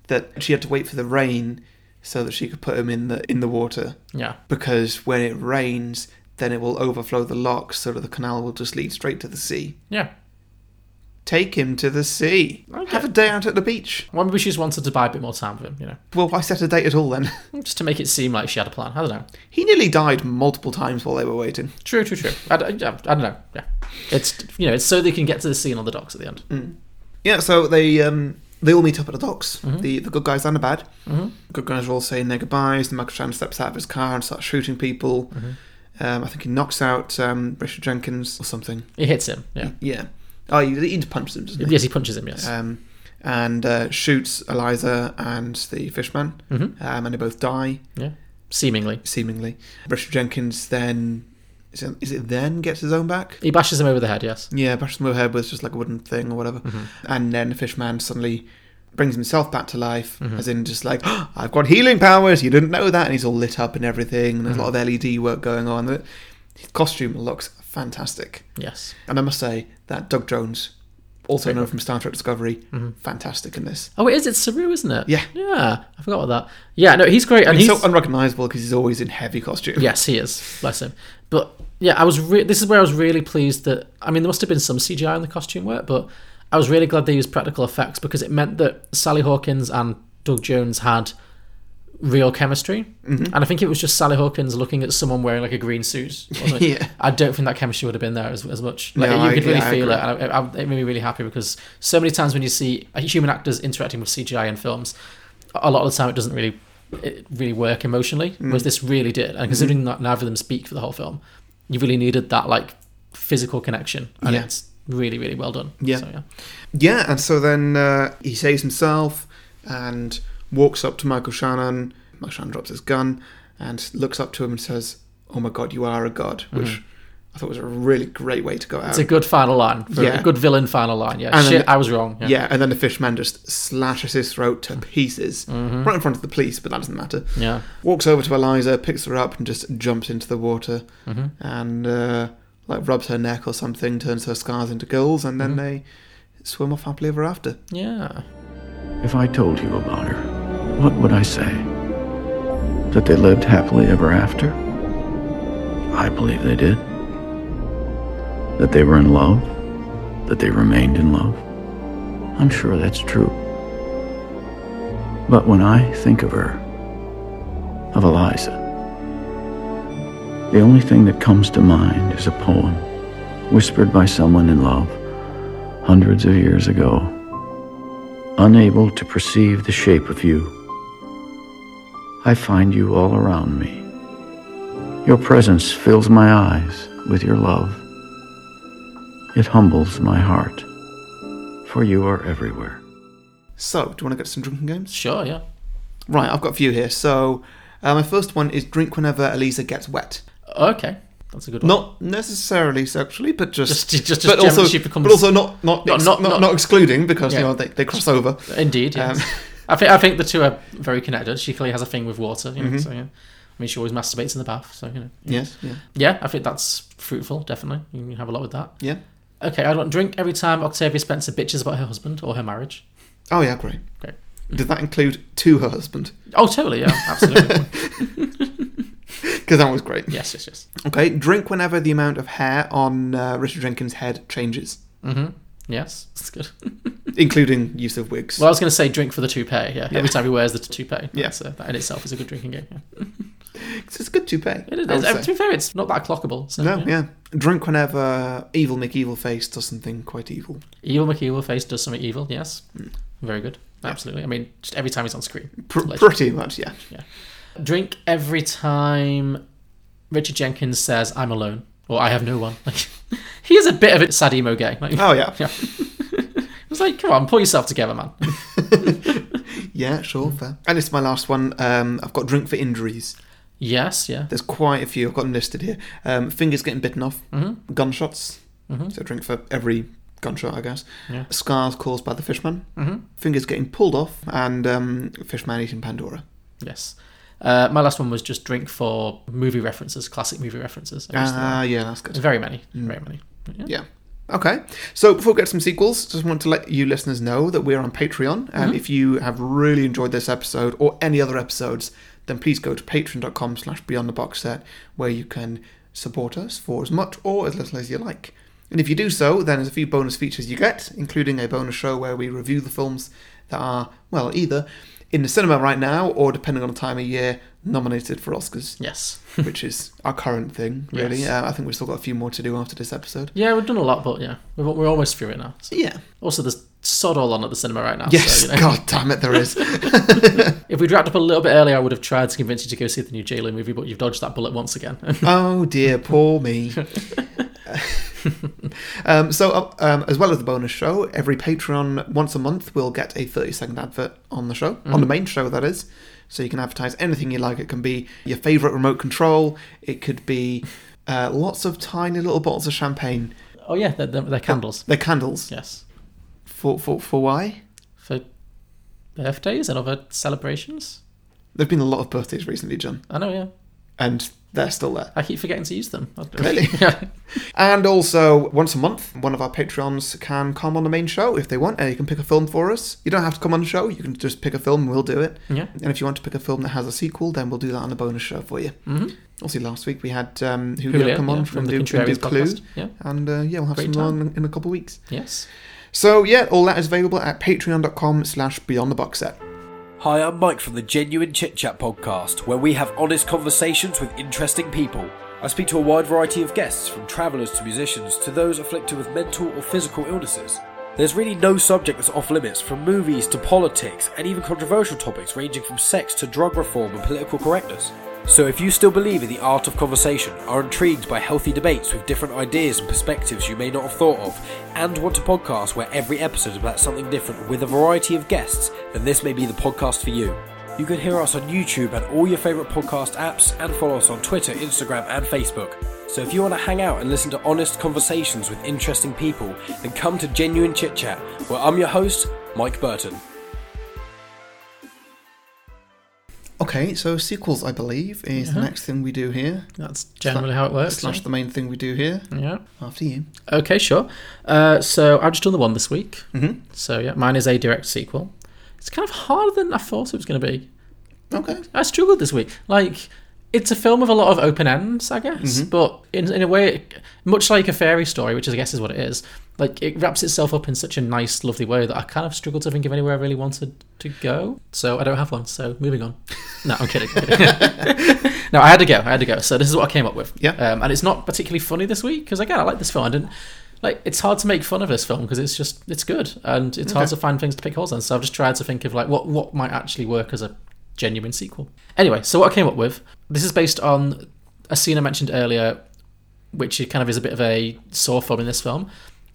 that she had to wait for the rain so that she could put him in the in the water.
Yeah.
because when it rains, then it will overflow the lock so that the canal will just lead straight to the sea.
Yeah.
Take him to the sea. Have a day out at the beach.
Well, maybe she just wanted to buy a bit more time with him, you know,
Well, why set a date at all then?
just to make it seem like she had a plan. I don't know.
he nearly died multiple times while they were waiting.
True, true, true. I, d- I- I don't know. Yeah, it's you know, it's so they can get to the scene on the docks at the end.
Mm. Yeah, so they um, they all meet up at the docks, the, the good guys and the bad. Mm-hmm. Good guys are all saying their goodbyes. The Macachan steps out of his car and starts shooting people. Um, I think he knocks out um, Richard Jenkins or something.
He hits him. Yeah.
Yeah. Oh, he, he punches him, doesn't he?
Yes, he punches him. Yes.
um, and uh, shoots Eliza and the fishman, um, and they both die
yeah. Seemingly,
seemingly. Richard Jenkins then is it, is it then gets his own back?
he bashes him over the head. Yes.
Yeah, bashes him over the head with just like a wooden thing or whatever, and then the fishman suddenly brings himself back to life, as in just like "Oh, I've got healing powers. You didn't know that, and he's all lit up and everything. And there's a lot of LED work going on. His costume looks fantastic.
Yes.
And I must say that Doug Jones, also known from Star Trek Discovery, fantastic in this.
Oh, it is. It's Saru, isn't it?
Yeah.
Yeah. I forgot about that. Yeah. No, he's great, and
He's,
he's
so unrecognizable because he's always in heavy costume.
Yes, he is. Bless him. But yeah, I was. Re- this is where I was really pleased that. I mean, there must have been some CGI in the costume work, but I was really glad they used practical effects because it meant that Sally Hawkins and Doug Jones had real chemistry.
Mm-hmm.
And I think it was just Sally Hawkins looking at someone wearing like a green suit. or something.
Yeah.
I don't think that chemistry would have been there as, as much. Like,
No,
you
I-
could really
yeah, I
feel it.
agree.
And I, I, it made me really happy because so many times when you see human actors interacting with CGI in films, a lot of the time it doesn't really it really work emotionally,
Mm.
whereas this really did. And
Mm-hmm.
considering that neither of them speak for the whole film, you really needed that like physical connection, and
Yeah.
it's really really well done.
Yeah.
So, yeah.
Yeah, and so then uh, he saves himself and walks up to Michael Shannon. Michael Shannon drops his gun and looks up to him and says, "Oh my God, you are a god," which I I thought it was a really great way to go out.
Mm-hmm. It's a good final line. For
Um, Yeah.
A good villain final line. Yeah.
And then
Shit,
the-
I was wrong.
yeah. and then the fishman just slashes his throat to pieces right in front of the police, but that doesn't matter.
Mm-hmm. Yeah.
Walks over to Eliza, picks her up, and just jumps into the water
Mm-hmm.
and uh, like rubs her neck or something, turns her scars into gills, and
Mm-hmm.
then they swim off happily ever after.
Yeah.
If I told you about her, what would I say? That they lived happily ever after? I believe they did. That they were in love? That they remained in love? I'm sure that's true. But when I think of her, of Eliza, the only thing that comes to mind is a poem whispered by someone in love hundreds of years ago unable to perceive the shape of you. I find you all around me. Your presence fills my eyes with your love. It humbles my heart, for you are everywhere.
So, do you want to get some drinking games?
Sure. Yeah.
Right, I've got a few here. So, uh, my first one is drink whenever Eliza gets wet.
Okay. That's a good one.
Not necessarily sexually, but just
Just- just- just
but
generally
also,
she becomes-
but also not not
Not-
ex- not,
not-
not,
not-
excluding because you
Yeah.
know they, they cross over.
Indeed. Yes.
Um,
I think I think the two are very connected. She clearly has a thing with water. You know, So yeah. I mean, she always masturbates in the bath. So you know.
Yes, Mm-hmm. yeah,
Yeah. I think that's fruitful. Definitely. You can have a lot with that.
yeah.
Okay. I don't drink every time Octavia Spencer bitches about her husband or her marriage.
Oh yeah, great.
Great.
Did that include to her husband?
Oh, totally. Yeah. Absolutely.
Because that was great.
yes. Yes. Yes.
Okay, drink whenever the amount of hair on uh, Richard Jenkins' head changes,
Yes. That's good.
including use of wigs.
Well, I was going to say drink for the toupee. Yeah.
Yeah.
Every time he wears the toupee.
Yeah.
So that in itself is a good drinking game. Yeah.
it's a good toupee.
It
I would
is.
say.
uh, To be fair, it's not that clockable. So,
No, yeah. Drink whenever evil Nick Evilface does something quite evil.
Evil McEvil face does something evil. Yes. Very good. Absolutely. I mean, just every time he's on screen.
Mm. Pr-
Legend.
pretty much, yeah.
Drink every time Richard Jenkins says, "I'm alone" or "I have no one." Like, he is a bit of a sad emo gay. Like,
Oh yeah,
yeah. It's like, come on, pull yourself together, man.
yeah, sure, fair. And it's my last one. Um, I've got drink for injuries.
yes, yeah.
There's quite a few I've got them listed here. Um, fingers getting bitten off, gunshots. So drink for every gunshot, I guess.
Yeah.
Scars caused by the fishman. Fingers getting pulled off, and um, fishman eating Pandora.
Yes. Uh, my last one was just drink for movie references, classic movie references. I used to-
Ah, yeah, that's good.
Very many, very many. Yeah.
Yeah. Okay. So before we get some sequels, just want to let you listeners know that we're on Patreon.
Mm-hmm.
And if you have really enjoyed this episode or any other episodes, then please go to patreon.com slash beyond the box set where you can support us for as much or as little as you like. And if you do so, then there's a few bonus features you get, including a bonus show where we review the films that are, well, either in the cinema right now or depending on the time of year, nominated for Oscars,
Yes.
which is our current thing, really.
Yes.
Uh, I think we've still got a few more to do after this episode.
Yeah, we've done a lot, but yeah, we're, we're almost through it now. So-
Yeah.
Also, there's sod all on at the cinema right now.
Yes,
So, you know,
god damn it, there is.
If we'd wrapped up a little bit earlier, I would have tried to convince you to go see the new J-Lo movie, but you've dodged that bullet once again.
oh dear, poor me. um, so, uh, um, as well as the bonus show, every Patreon once a month will get a 30 second advert on the show, on the
Mm.
main show, that is. So you can advertise anything you like. It can be your favourite remote control, it could be uh, lots of tiny little bottles of champagne.
oh, yeah, they're, they're, they're candles.
They're candles.
Yes.
For, for, for why?
For birthdays and other celebrations?
There have been a lot of birthdays recently, John,
I know, yeah.
and they're still there.
I keep forgetting to use them.
Really?
yeah.
And also, once a month, one of our Patreons can come on the main show if they want, and you can pick a film for us. You don't have to come on the show, you can just pick a film and we'll do it.
Yeah.
And if you want to pick a film that has a sequel, then we'll do that on a bonus show for you. Mm-hmm. Also, last week we had um, Julio,
Julio,
come on
yeah,
from,
from
Do,
the
from Do
Contrarians
Clue.
podcast. Yeah.
And uh, yeah, we'll have
Great
some
time.
more in, in a couple of weeks.
Yes.
So yeah, all that is available at patreon.com slash beyond the box set.
Hi, I'm Mike from the Genuine Chit Chat podcast, where we have honest conversations with interesting people. I speak to a wide variety of guests, from travellers to musicians to those afflicted with mental or physical illnesses. There's really no subject that's off limits, from movies to politics, and even controversial topics ranging from sex to drug reform and political correctness. So if you still believe in the art of conversation, are intrigued by healthy debates with different ideas and perspectives you may not have thought of, and want a podcast where every episode is about something different with a variety of guests, then this may be the podcast for you. You can hear us on YouTube and all your favourite podcast apps, and follow us on Twitter, Instagram, and Facebook. So if you want to hang out and listen to honest conversations with interesting people, then come to Genuine Chit Chat, where I'm your host, Mike Burton.
Okay, so sequels, I believe, is the next thing we do here.
Uh-huh. That's Mm. generally how it works.
Slash the main thing we do here.
yeah.
After you.
Okay, sure. Uh, so I've just done the one this week. Mm-hmm. So yeah, mine is a direct sequel. It's kind of harder than I thought it was going to be.
Okay.
I struggled this week. Like, it's a film with a lot of open ends, I guess. But in, in a way, it- much like a fairy story, which I guess is what it is, like, it wraps itself up in such a nice, lovely way that I kind of struggled to think of anywhere I really wanted to go. So I don't have one. So moving on. No, I'm kidding. no, I had to go. I had to go. So this is what I came up with.
Yeah.
Um, and it's not particularly funny this week because, again, I like this film. I didn't. Like it's hard to make fun of this film because it's just it's good and it's hard to find things to pick holes on. So I've just tried to think of like what what might actually work as a genuine sequel. Anyway, so what I came up with this is based on a scene I mentioned earlier, which it kind of is a bit of a sore thumb in this film.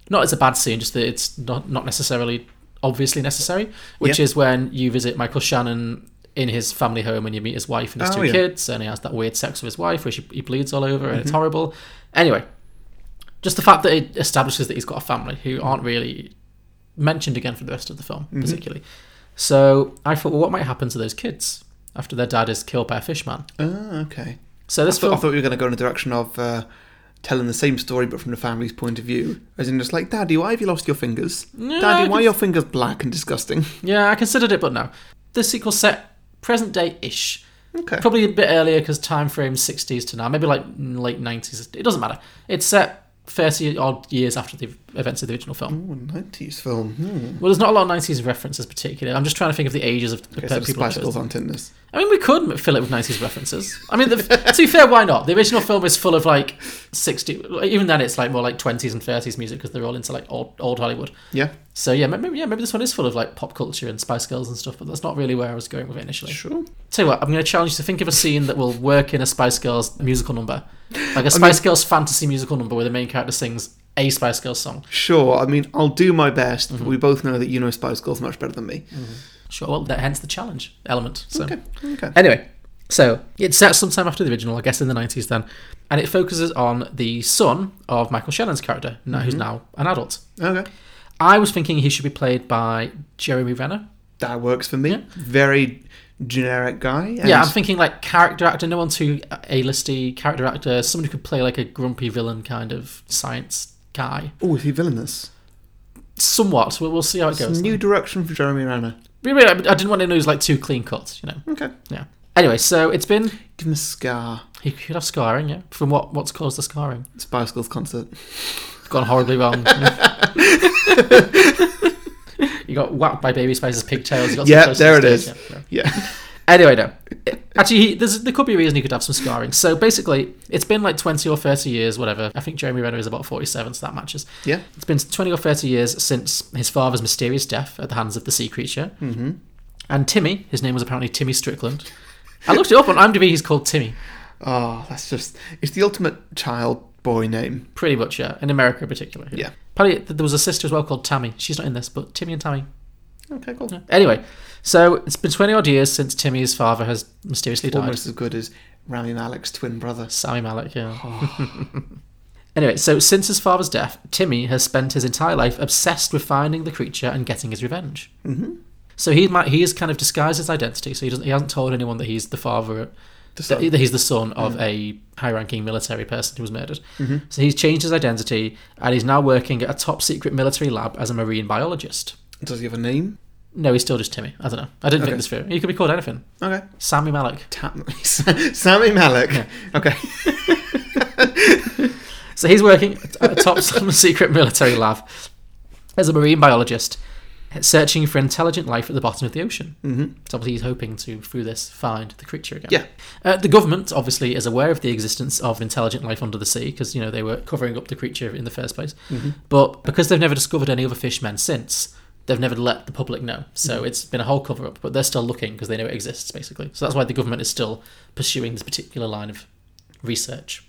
Not as a bad scene, just that it's not not necessarily obviously necessary. Which
Yeah.
is when you visit Michael Shannon in his family home and you meet his wife and his
Oh,
two
yeah.
kids, and he has that weird sex with his wife, where she, he bleeds all over, and
Mm-hmm.
it's horrible. Anyway, just the fact that it establishes that he's got a family who aren't really mentioned again for the rest of the
Mm-hmm.
film, particularly. So I thought, well, what might happen to those kids after their dad is killed by a fishman?
Ah, okay.
So this
I thought, I
film,
thought we were going to go in the direction of uh, telling the same story but from the family's point of view. As in, just like, Daddy, why have you lost your fingers?
I
Daddy, why
can-
are your fingers black and disgusting?
yeah, I considered it, but no. The sequel set present day ish.
Okay.
Probably a bit earlier because time frame 60s to now, maybe like late 90s. It doesn't matter. It's set 30 odd years after the events of the original film.
Ooh, 90s film. Hmm.
Well, there's not a lot of 90s references particularly. I'm just trying to think of the ages of the
Okay, so the
people.
Spice
chose.
Girls aren't in this.
I mean, we could fill it with 90s references. I mean, the, to be fair, why not? The original film is full of like 60, even then it's like more like 20s and 30s music because they're all into like old, old Hollywood.
Yeah.
So yeah, maybe yeah, maybe this one is full of like pop culture and Spice Girls and stuff, but that's not really where I was going with it initially.
Sure.
Tell you what, I'm going to challenge you to think of a scene that will work in a Spice Girls musical number, like a Spice Girls fantasy musical number where the main character sings a Spice Girls song.
Sure. I mean, I'll do my best,
Mm-hmm.
but we both know that you know Spice Girls much better than me.
Sure, well, that, hence the challenge element. So.
Okay. Okay.
Anyway, so it's set sometime after the original, I guess in the 90s then, and it focuses on the son of Michael Shannon's character, now who's now an adult.
okay.
I was thinking he should be played by Jeremy Renner.
That works for me.
Yeah.
Very generic guy. and-
Yeah, I'm thinking like character actor, no one too uh, A-listy character actor, someone who could play like a grumpy villain kind of science guy.
Oh, is he villainous?
Somewhat, we'll, we'll see how it goes.
New direction for Jeremy Renner.
Really, I I didn't want anyone who's like too clean cut, you know.
Okay.
Yeah. Anyway, so it's been
Give him a scar.
he could have scarring, yeah. From what what's caused the scarring?
Spice Girls concert.
gone horribly wrong. you got whacked by Baby Spice's pigtails. You got
Yeah,
some
there
close to
it
the stage, yeah, no.
Yeah.
Anyway, no. Actually, he, there's, there could be a reason he could have some scarring. So basically, it's been like 20 or 30 years, whatever. I think Jeremy Renner is about 47, so that matches.
Yeah.
It's been 20 or 30 years since his father's mysterious death at the hands of the sea creature. Mm-hmm. And Timmy, his name was apparently Timmy Strickland. I looked it up on IMDb, he's called Timmy.
Oh, that's just. It's the ultimate child boy name.
Pretty much, yeah. In America, in particular.
Yeah.
Probably th- there was a sister as well called Tammy. She's not in this, but Timmy and Tammy.
Okay, cool.
Anyway, so it's been 20 odd years since Timmy's father has mysteriously died.
Almost as good as Rami Malek's twin brother.
Sammy Malik, yeah. anyway, so since his father's death, Timmy has spent his entire life obsessed with finding the creature and getting his revenge. Mm-hmm. So he might, he has kind of disguised his identity, so he doesn't he hasn't told anyone that he's the father, that,
son.
that he's the son Mm. of a high-ranking military person who was murdered. So he's changed his identity and he's now working at a top-secret military lab as a marine biologist.
Does he have a name?
No, he's still just Timmy. I don't know. I didn't think this through. He could be called anything.
Okay.
Sammy Malik.
Tam- Sammy Malek. Okay.
So he's working at a top some secret military lab as a marine biologist, searching for intelligent life at the bottom of the ocean. Mm-hmm. So obviously he's hoping to, through this, find the creature again.
Yeah.
Uh, the government obviously is aware of the existence of intelligent life under the sea because you know they were covering up the creature in the first place. But because they've never discovered any other fishmen since, they've never let the public know. So it's been a whole cover up. But they're still looking because they know it exists basically. So that's why the government is still pursuing this particular line of research.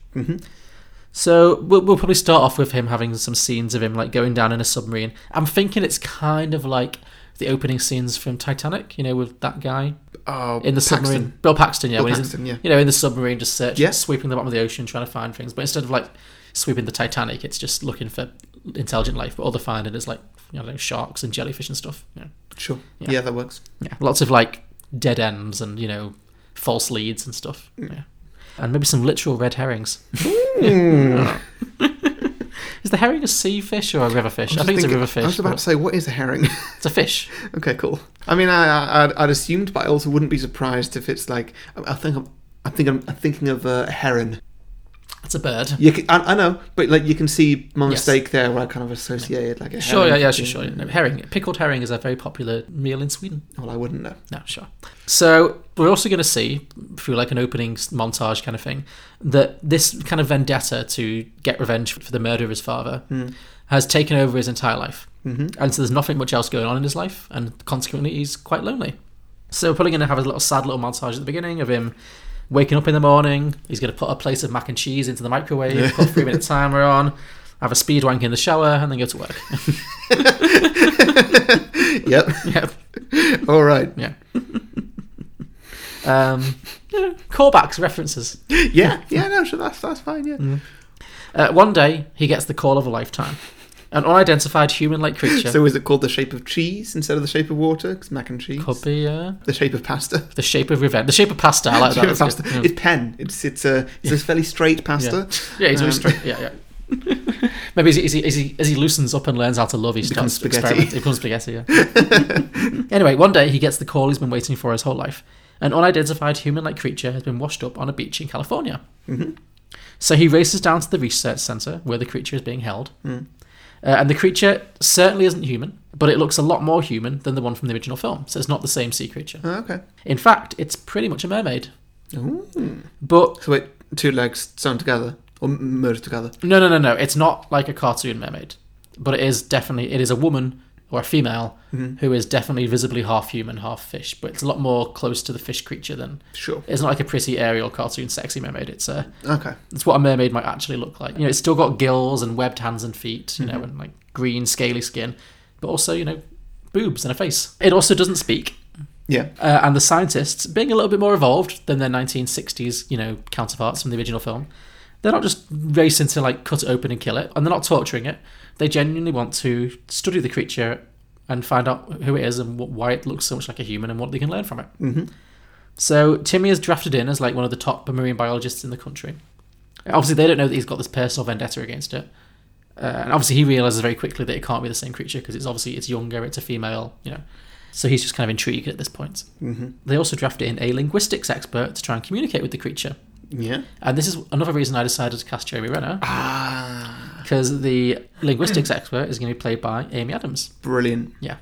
So we'll, we'll probably start off with him having some scenes of him like going down in a submarine. I'm thinking it's kind of like the opening scenes from Titanic, you know, with that guy
Oh,
in
Paxton.
the submarine. Bill Paxton, yeah,
Bill
when
Paxton,
he's in,
yeah.
you know in the submarine, just searching,
Yeah.
sweeping the bottom of the ocean, trying to find things. But instead of like sweeping the Titanic, it's just looking for intelligent life. But all they're finding is like you know sharks and jellyfish and stuff. Yeah,
Sure.
Yeah.
Yeah. that works.
yeah. lots of like dead ends and you know false leads and stuff.
Mm.
Yeah, and maybe some literal red herrings. is the herring a sea fish or a river fish? I
Just
think it's a
thinking-
river fish.
I was about
but
to say, what is a herring?
It's a fish.
okay, cool. I mean, I, I, I'd, I'd assumed, but I also wouldn't be surprised if it's like I I think I'm, I think I'm, I'm thinking of a heron.
It's a bird.
You can, I, I know, but like you can see my
Yes.
mistake there, where I kind of associated like a
Sure, yeah,
heron.
yeah, sure, sure. No, herring, pickled herring is a very popular meal in Sweden.
Well, I wouldn't know.
No, sure. So we're also going to see through like an opening s- montage kind of thing that this kind of vendetta to get revenge for the murder of his father has taken over his entire life, Hmm. mm-hmm. and so there's nothing much else going on in his life, and consequently he's quite lonely. So we're probably going to have a little sad little montage at the beginning of him waking up in the morning. He's going to put a plate of mac and cheese into the microwave, put a three minute timer on, have a speed wank in the shower, and then go to work.
Yep.
yeah,
All right.
yeah. um, yeah, callbacks, references.
Yeah. Yeah. No. Sure. That's that's fine. Yeah.
Uh, one day, he gets the call of a lifetime. An unidentified human-like creature.
So is it called the shape of cheese instead of the shape of water? 'Cause mac and cheese.
could be uh,
The shape of pasta.
the shape of revenge. The shape of pasta. I like
Shape
that.
of
that's
pasta.
good. Mm.
It's pen. It's it's a it's a fairly straight pasta.
Yeah, he's
Um,
very straight. Yeah, yeah. Maybe as he, as, he, as, he, as he loosens up and learns how to love, he
Becomes
starts
spaghetti.
experimenting. He becomes spaghetti, yeah. anyway, one day he gets the call he's been waiting for his whole life. An unidentified human like creature has been washed up on a beach in California. So he races down to the research center where the creature is being held. Uh, and the creature certainly isn't human, but it looks a lot more human than the one from the original film. So it's not the same sea creature.
Oh, okay.
In fact, it's pretty much a mermaid. But
So wait, two legs sewn together or m- merged together.
No, no, no, no. It's not like a cartoon mermaid, but it is definitely it is a woman or a female who is definitely visibly half human, half fish. But it's a lot more close to the fish creature than
Sure.
it's not like a pretty aerial cartoon sexy mermaid. It's a
Okay.
it's what a mermaid might actually look like. You know, it's still got gills and webbed hands and feet. You know, and like green scaly skin, but also you know boobs and a face. It also doesn't speak.
Yeah.
Uh, and the scientists, being a little bit more evolved than their 1960s, you know, counterparts from the original film, they're not just racing to like cut it open and kill it, and they're not torturing it. They genuinely want to study the creature and find out who it is and what, why it looks so much like a human and what they can learn from it. Mm-hmm. So Timmy is drafted in as like one of the top marine biologists in the country. Obviously, they don't know that he's got this personal vendetta against it. Uh, and obviously, he realizes very quickly that it can't be the same creature because it's obviously it's younger, it's a female, you know. So he's just kind of intrigued at this point. Mm-hmm. They also drafted in a linguistics expert to try and communicate with the creature.
Yeah.
And this is another reason I decided to cast Jeremy Renner. Because the linguistics expert is going to be played by Amy Adams.
Brilliant.
Yeah.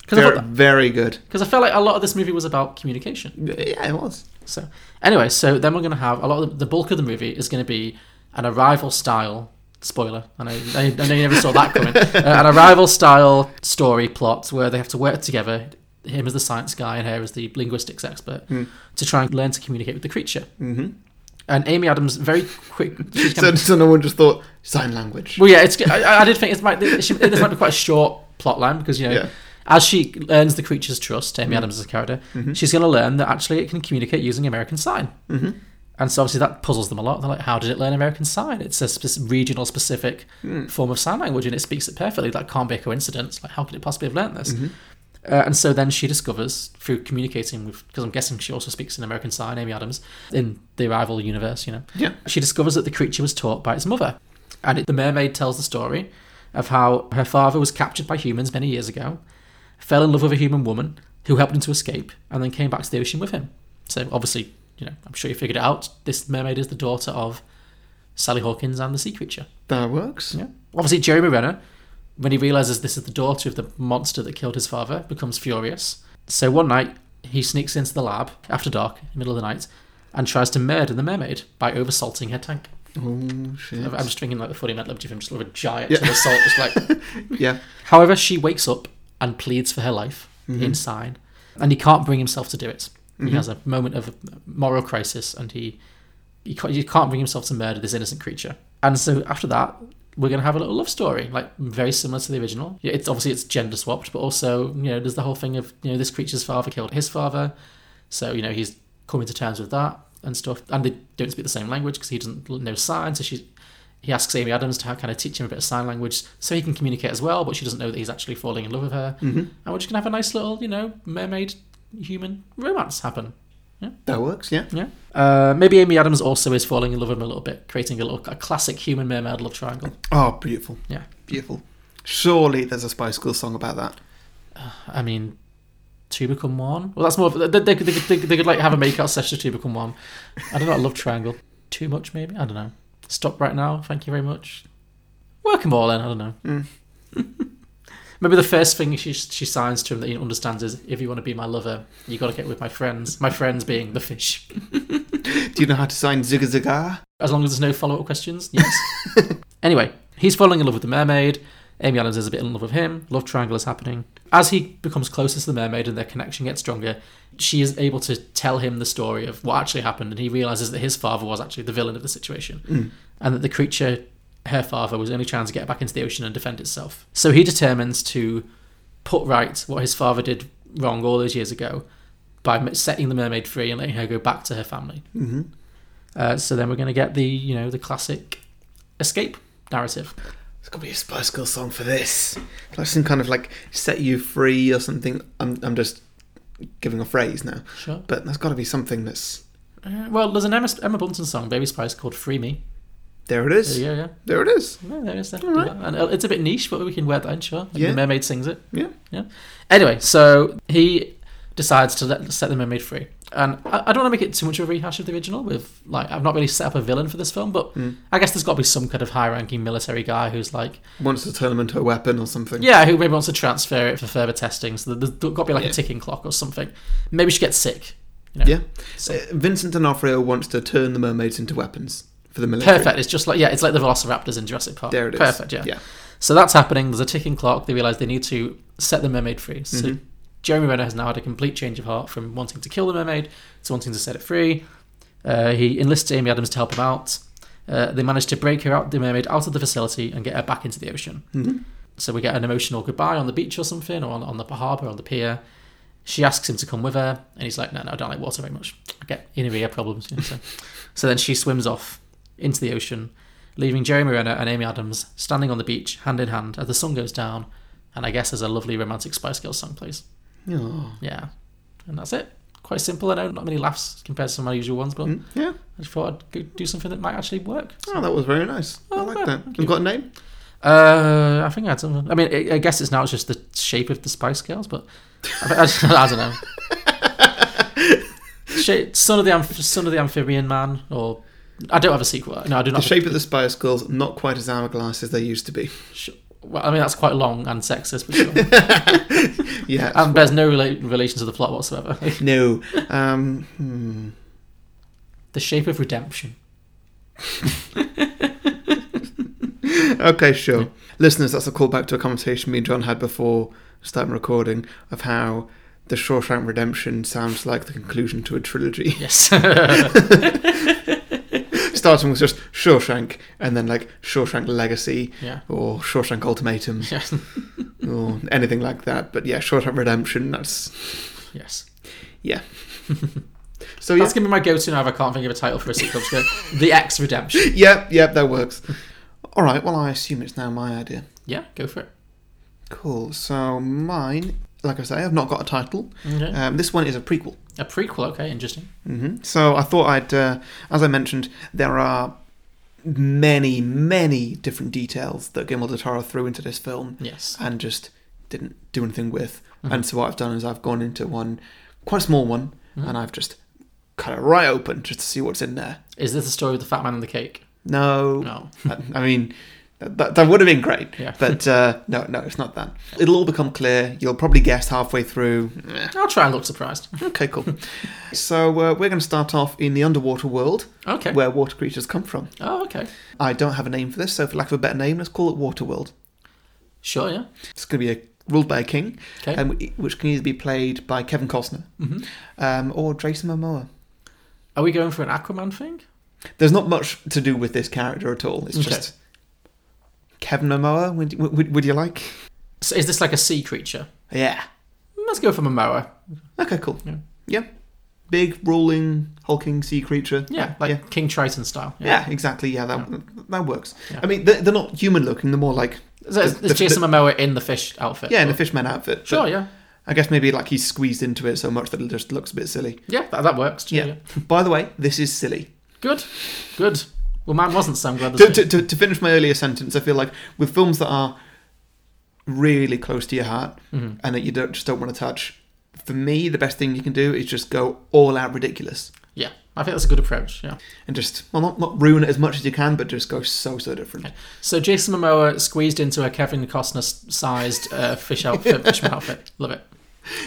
Because I,
Very,
thought that-
very good.
'cause I felt like a lot of this movie was about communication.
Yeah, it was.
So anyway, so then we're going to have a lot of the, the bulk of the movie is going to be an arrival style spoiler. I know, I, I know you never saw that coming. Uh, an arrival style story plot where they have to work together. Him as the science guy and her as the linguistics expert to try and learn to communicate with the creature. Mm-hmm. And Amy Adams very quick. She's kind
So,
of,
so no one just thought sign language.
well, yeah, it's. I, I did think it might. This this might be quite a short plot line because you know.
Yeah.
As she earns the creature's trust, Amy Adams' character, she's going to learn that actually it can communicate using American Sign. And so obviously that puzzles them a lot. They're like, how did it learn American Sign? It's a spec- regional specific form of sign language and it speaks it perfectly. That can't be a coincidence. Like, how could it possibly have learned this? Uh, and so then she discovers through communicating with, because I'm guessing she also speaks in American Sign, Amy Adams, in the Arrival universe, you know.
Yeah.
She discovers that the creature was taught by its mother. And it, the mermaid tells the story of how her father was captured by humans many years ago, fell in love with a human woman who helped him to escape, and then came back to the ocean with him. So obviously, you know, I'm sure you figured it out. This mermaid is the daughter of Sally Hawkins and the sea creature.
That works.
Yeah. Obviously, Jeremy Renner, when he realizes this is the daughter of the monster that killed his father, becomes furious. So one night, he sneaks into the lab after dark, middle of the night, and tries to murder the mermaid by oversalting her tank.
Oh shit.
I'm just thinking like the funny metal object, just with a giant sort of assault, just like.
Yeah.
However, she wakes up and pleads for her life in sign, and he can't bring himself to do it. He has a moment of moral crisis, and he he can't, he can't bring himself to murder this innocent creature. And so after that, we're gonna have a little love story, like very similar to the original. Yeah, It's obviously it's gender swapped, but also you know there's the whole thing of you know this creature's father killed his father. So you know he's coming to terms with that and stuff. And they don't speak the same language because he doesn't know sign. So she he asks Amy Adams to kind of teach him a bit of sign language so he can communicate as well. But she doesn't know that he's actually falling in love with her. Mm-hmm. And we're just gonna have a nice little you know mermaid human romance happen.
That works, yeah.
Yeah. Uh, maybe Amy Adams also is falling in love with him a little bit, creating a little a classic human mermaid love triangle.
Oh, beautiful,
Yeah.
beautiful. Surely there's a Spice Girls song about that.
I mean, two become one. Well, that's more. Of, they, they, could- they, could- they, could- they could like have a makeout session. of Two become one. I don't know. I love triangle. Too much, maybe. I don't know. Stop right now. Thank you very much. Work 'em all in. I don't know. maybe the first thing she she signs to him that he understands is, if you want to be my lover, you got to get with my friends. My friends being the fish.
Do you know how to sign Zigga Zigga?
As long as there's no follow up questions, yes. anyway, he's falling in love with the mermaid. Amy Adams is a bit in love with him. Love triangle is happening. As he becomes closer to the mermaid and their connection gets stronger, she is able to tell him the story of what actually happened, and he realizes that his father was actually the villain of the situation, and that the creature, her father, was only trying to get back into the ocean and defend itself. So he determines to put right what his father did wrong all those years ago by setting the mermaid free and letting her go back to her family. Uh, so then we're going to get the you know the classic escape narrative.
There's got to be a Spice Girls song for this. Like some kind of like set you free or something. I'm, I'm just giving a phrase now.
Sure.
But there's got to be something that's.
Uh, well, there's an Emma, Emma Bunton song, Baby Spice, called "Free Me."
There it is.
Yeah, yeah,
There it is.
yeah there is that. And uh, it's a bit niche, but we can wear that in. Sure. And
Yeah.
The mermaid sings it.
Yeah.
Yeah. Anyway, so he decides to let, set the mermaid free. And I, I don't want to make it too much of a rehash of the original with like I've not really set up a villain for this film, but
Hmm.
I guess there's got to be some kind of high-ranking military guy who's like
Wants to turn them into a weapon or something.
Yeah, who maybe wants to transfer it for further testing. So there's got to be like
Yeah.
a ticking clock or something. Maybe she gets sick. You know?
Yeah.
So-
Uh, Vincent D'Onofrio wants to turn the mermaids into weapons for the military.
Perfect. It's just like yeah, it's like the Velociraptors in Jurassic Park.
There it is.
Perfect. Yeah.
Yeah.
So that's happening. There's a ticking clock. They realise they need to set the mermaid free. So
Mm-hmm.
Jeremy Renner has now had a complete change of heart from wanting to kill the mermaid to wanting to set it free. Uh, he enlists Amy Adams to help him out. Uh, they manage to break her out, the mermaid, out of the facility and get her back into the ocean.
Mm-hmm.
So we get an emotional goodbye on the beach or something, or on, on the harbour, on the pier. She asks him to come with her, and he's like, "No, no, I don't like water very much. I get inner ear problems." You know, so. so then she swims off into the ocean, leaving Jeremy Renner and Amy Adams standing on the beach, hand in hand, as the sun goes down, and I guess as a lovely romantic Spice Girls song plays.
Oh,
Yeah, and that's it. Quite simple. I know not many laughs compared to some of my usual ones, but
yeah.
I just thought I'd go do something that might actually work.
Oh, that was very nice. I
Oh,
like
well,
that.
thank
You've
you.
got a name?
Uh, I think I had something. I mean, I, I guess it's now it's just the shape of the Spice Girls, but I, think- I, just- I don't know. Shape, son of the Amph- son of the amphibian man, or I don't have a sequel. No, I do
The
not. have a-
shape of the Spice Girls, not quite as hourglass as they used to be.
sh- well, I mean that's quite long and sexist, but sure.
Yeah.
and there's no rela- relation to the plot whatsoever.
no. Um, hmm.
the shape of redemption.
Okay, sure. Listeners, that's a callback to a conversation me and John had before starting recording of how the Shawshank Redemption sounds like the conclusion to a trilogy.
Yes. yeah,
Starting with just Shawshank and then like Shawshank Legacy
Yeah.
or Shawshank Ultimatum or anything like that. But yeah, Shawshank Redemption, that's.
yes.
Yeah. so yeah.
That's gonna be my go-to now if I can't think of a title for a sequel. Just go, the X Redemption.
Yep, yep, that works. All right, well, I assume it's now my idea.
Yeah, go for it.
Cool. So mine, like I say, I've not got a title.
Okay.
Um, this one is a prequel.
A prequel. Okay, interesting.
So I thought I'd, uh, as I mentioned, there are many, many different details that Guillermo del Toro threw into this film
Yes.
and just didn't do anything with. And so what I've done is I've gone into one, quite a small one, and I've just cut it right open just to see what's in there.
Is this the story of the fat man and the cake?
No,
No.
I, I mean, that, that would have been great.
Yeah.
But uh, no, no, it's not that. It'll all become clear. You'll probably guess halfway through. Eh,
I'll try and look surprised.
Okay, cool. so uh, we're going to start off in the underwater world,
Okay.
where water creatures come from.
oh, okay.
I don't have a name for this, so for lack of a better name, let's call it Waterworld.
Sure, yeah.
It's going to be a, ruled by a king,
Okay. Mm-hmm.
um, which can either be played by Kevin Costner um, or Jason Momoa.
Are we going for an Aquaman thing?
There's not much to do with this character at all. It's
Okay.
just Kevin Momoa. Would, would, would you like?
So is this like a sea creature?
Yeah.
Let's go for Momoa.
Okay, cool. Yeah. big, rolling, hulking sea creature.
Yeah, like
yeah.
King Triton style.
Yeah, exactly. Yeah, that that works. I mean, they're, they're not human looking. They're more like
So it's, it's Jason Momoa in the fish outfit.
yeah, in a
but-
fishman outfit. but
Sure, yeah.
I guess maybe like he's squeezed into it so much that it just looks a bit silly.
Yeah, that, that works. Yeah.
Yeah.
yeah.
By the way, this is silly.
Good. Good. Well, mine wasn't, so I'm glad
To,
there's
to, to, to finish my earlier sentence, I feel like with films that are really close to your heart
Mm-hmm.
and that you don't just don't want to touch, for me, the best thing you can do is just go all out ridiculous
Yeah, I think that's a good approach. Yeah.
and just well not not ruin it as much as you can, but just go so so different.
So Jason Momoa squeezed into a Kevin Costner sized uh, fish outfit, fishman outfit. Love it.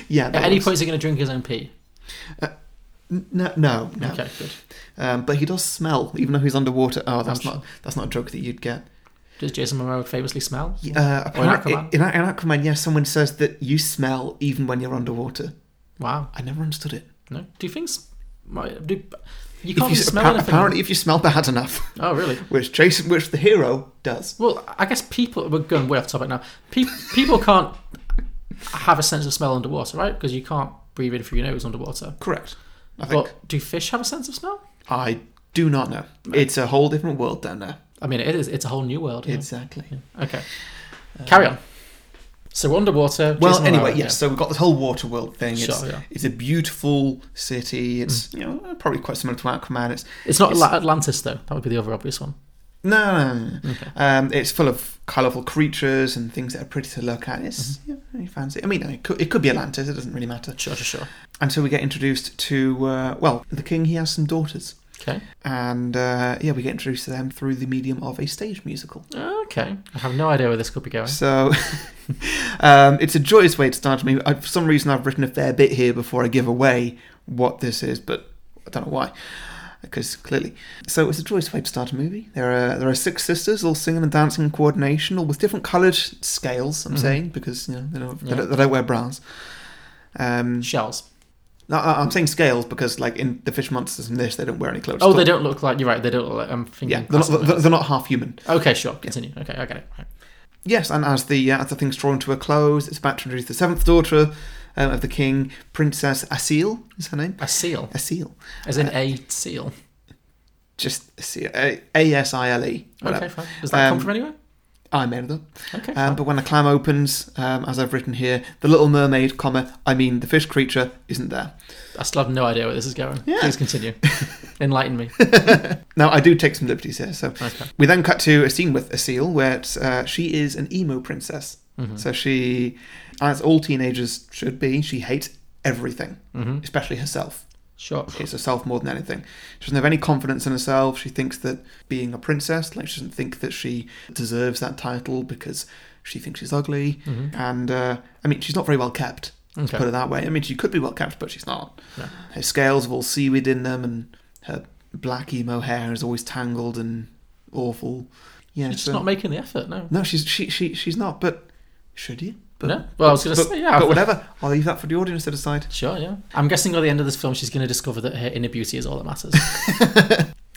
Yeah. that
At any
works.
point, is he going to drink his own pee?
No, no, no.
Okay, good.
Um, but he does smell, even though he's underwater. Oh, that's
sure.
not that's not a joke that you'd get.
Does Jason Momoa famously
Uh,
smell? Or in
apparently-
Aquaman.
in, in Aquaman, yes, someone says that you smell even when you're underwater.
Wow.
I never understood it.
No. Do things? Do you
If
can't
you,
really smell
appa-
anything?
apparently, if you smell bad enough,
Oh, really?
which Jason, which the hero does.
Well, I guess people we're going way off topic now. People people can't have a sense of smell underwater, right? Because you can't breathe in through your nose underwater.
Correct. I think
But do fish have a sense of smell?
I do not know. It's a whole different world down there.
I mean, it is. It's a whole new world. you know?
Exactly.
Okay. Carry on. So underwater.
Well,
Jason
anyway,
Momoa,
yes. So we've got this whole water world thing. it's,
Sure, yeah. Mm.
it's a beautiful city. It's you know probably quite similar to Aquaman. It's
It's not Atla- Atlantis though. That would be the other obvious one.
No, no, no, no. Um, it's full of colourful creatures and things that are pretty to look at. It's yeah, really fancy. I mean, it could, it could be Atlantis. It doesn't really matter.
Mm-hmm. Sure, sure, sure.
And so we get introduced to uh, well, the king. He has some daughters,
Okay.
and uh, yeah, we get introduced to them through the medium of a stage musical.
Okay. I have no idea where this could be going.
So um, it's a joyous way to start. I mean, I, for some reason, I've written a fair bit here before I give away what this is, but I don't know why. Because clearly, so it's a joyous way to start a movie. There are there are six sisters, all singing and dancing in coordination, all with different coloured scales.
Mm-hmm.
I'm saying because you know they don't, they, don't, they don't wear browns. Um,
Shells.
no, I- I'm saying scales because like in the fish monsters and this, they don't wear any clothes.
Oh, they
at all.
don't look like. You're right. They don't look like. I'm thinking.
Yeah, they're not,
classic.
they're, they're not half human.
Okay, sure. Continue. Okay, I get it. Right.
Yes, and as the uh, as the thing's drawn to a close, it's about to introduce the seventh daughter um, of the king, Princess Aseel is her name.
A seal,
Aseel,
as in a seal.
just Aseel, A- A S I L E.
Okay,
whatever.
fine. Does that come
Um,
from anywhere?
I made it up.
Okay,
Um, but when the clam opens, um, as I've written here, the Little Mermaid, comma I mean the fish creature isn't there.
I still have no idea where this is going.
Yeah.
Please continue. Enlighten me.
Now I do take some liberties here. So we then cut to a scene with Aseel, where it's, uh, she is an emo princess. So she, as all teenagers should be, she hates everything, especially herself.
Sure.
hates herself more than anything. She doesn't have any confidence in herself. She thinks that being a princess, like she doesn't think that she deserves that title because she thinks she's ugly. And uh, I mean, she's not very well kept.
Mm-hmm. Okay.
To put it that way. I mean, she could be well kept, but she's not. Her scales have all seaweed in them, and her black emo hair is always tangled and awful. Yeah,
She's
so-
just not making the effort. No.
no, she's she, she she's not. But should you? But,
No. Well, I was going to
but,
say yeah.
but whatever. I'll leave that for the audience to decide.
Sure, yeah. I'm guessing by the end of this film, she's going to discover that her inner beauty is all that matters.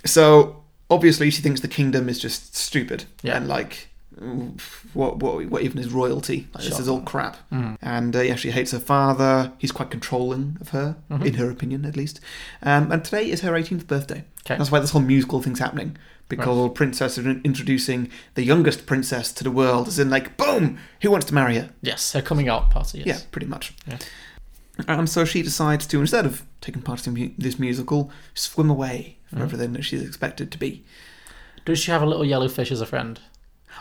So obviously, she thinks the kingdom is just stupid
Yeah.
and like, mm, what what what even is royalty? Like, This
Sure.
is all crap.
Mm.
And uh, yeah, she hates her father. He's quite controlling of her,
Mm-hmm.
in her opinion, at least. Um, and today is her 18th birthday.
'Kay.
That's why this whole musical thing's happening because princess is introducing the youngest princess to the world. As in, like, boom, who wants to marry her?
yes, her coming out party. Yes.
Yeah, pretty much.
Yeah.
Um, so she decides to, instead of taking part in mu- this musical, swim away
Mm-hmm.
from everything that she's expected to be.
Does she have a little yellow fish as a friend?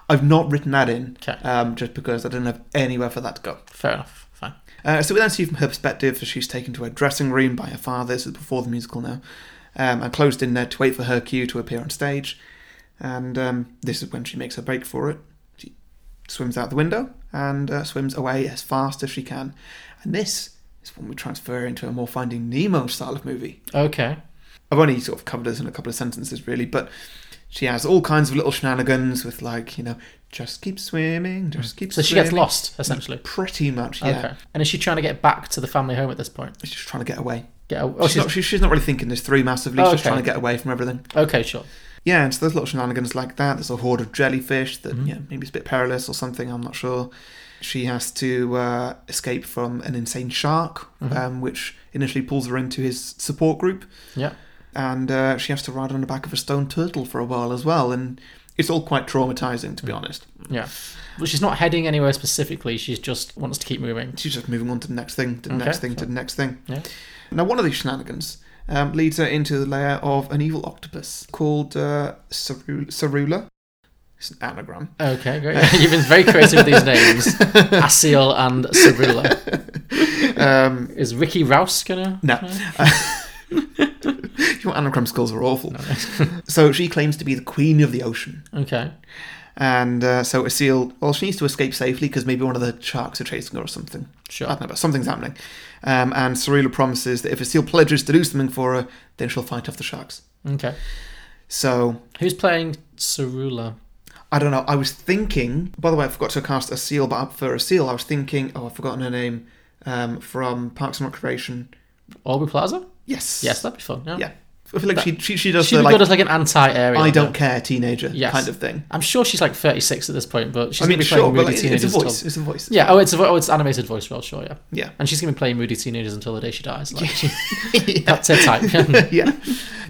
I've not written that in,
Okay.
um, just because I don't have anywhere for that to go.
Fair enough. Fine.
Uh, so we then see from her perspective that she's taken to her dressing room by her father, this is before the musical now, um, and closed in there to wait for her cue to appear on stage. And um, this is when she makes her break for it. She swims out the window and uh, swims away as fast as she can. And this is when we transfer into a more Finding Nemo style of movie.
Okay.
I've only sort of covered this in a couple of sentences, really, but she has all kinds of little shenanigans with, like, you know, just keep swimming, just keep
Mm. So she
swimming.
gets lost, essentially.
Pretty much, yeah.
Okay. And is she trying to get back to the family home at this point?
She's just trying to get away.
Get a-
Oh,
oh,
she's, not, she- she's not really thinking this through massively. She's just
Okay.
trying to get away from everything.
Okay, sure.
Yeah, and so
Mm-hmm.
there's little shenanigans like that. There's a horde of jellyfish that yeah, maybe it's a bit perilous or something. I'm not sure. she has to uh, escape from an insane shark,
Mm-hmm.
um, which initially pulls her into his support group.
Yeah.
And uh, she has to ride on the back of a stone turtle for a while as well. And it's all quite traumatizing, to be honest.
Yeah. But she's not heading anywhere specifically. She's just wants to keep moving.
She's just moving on to the next thing, to the next thing, to the next thing.
Yeah.
Now, one of these shenanigans um, leads her into the lair of an evil octopus called uh, Cerula. Cerula. It's an anagram.
Okay, great. You've been very creative with these names. Asiel and Cirilla.
Um,
Is Ricky Rouse gonna?
no. Your anagram skills are awful. so she claims to be the queen of the ocean.
Okay.
And uh, so Aseel, well, she needs to escape safely because maybe one of the sharks are chasing her or something.
Sure.
I don't know, but something's happening. Um, and Cerula promises that if Aseel pledges to do something for her, then she'll fight off the sharks.
Okay.
So
Who's playing Cirilla?
I don't know. I was thinking. By the way, I forgot to cast a seal, but for a seal, I was thinking. Oh, I've forgotten her name um, from Parks and Recreation.
Orby Plaza?
Yes.
Yes, that'd be fun. Yeah.
Yeah. I feel like she she she does
She'd
the
be
like,
good as like an anti-area.
I don't care teenager
Yes.
kind of thing.
I'm sure she's like 36 at this point, but she's
I mean,
gonna be playing
sure, but
moody
like, it's- it's
teenagers.
a voice.
till-
It's a voice.
Yeah. Oh, it's a, vo- oh, it's animated voice role. Sure. Yeah.
Yeah.
And she's gonna be playing moody teenagers until the day she dies. Like, she- That's her type.
yeah.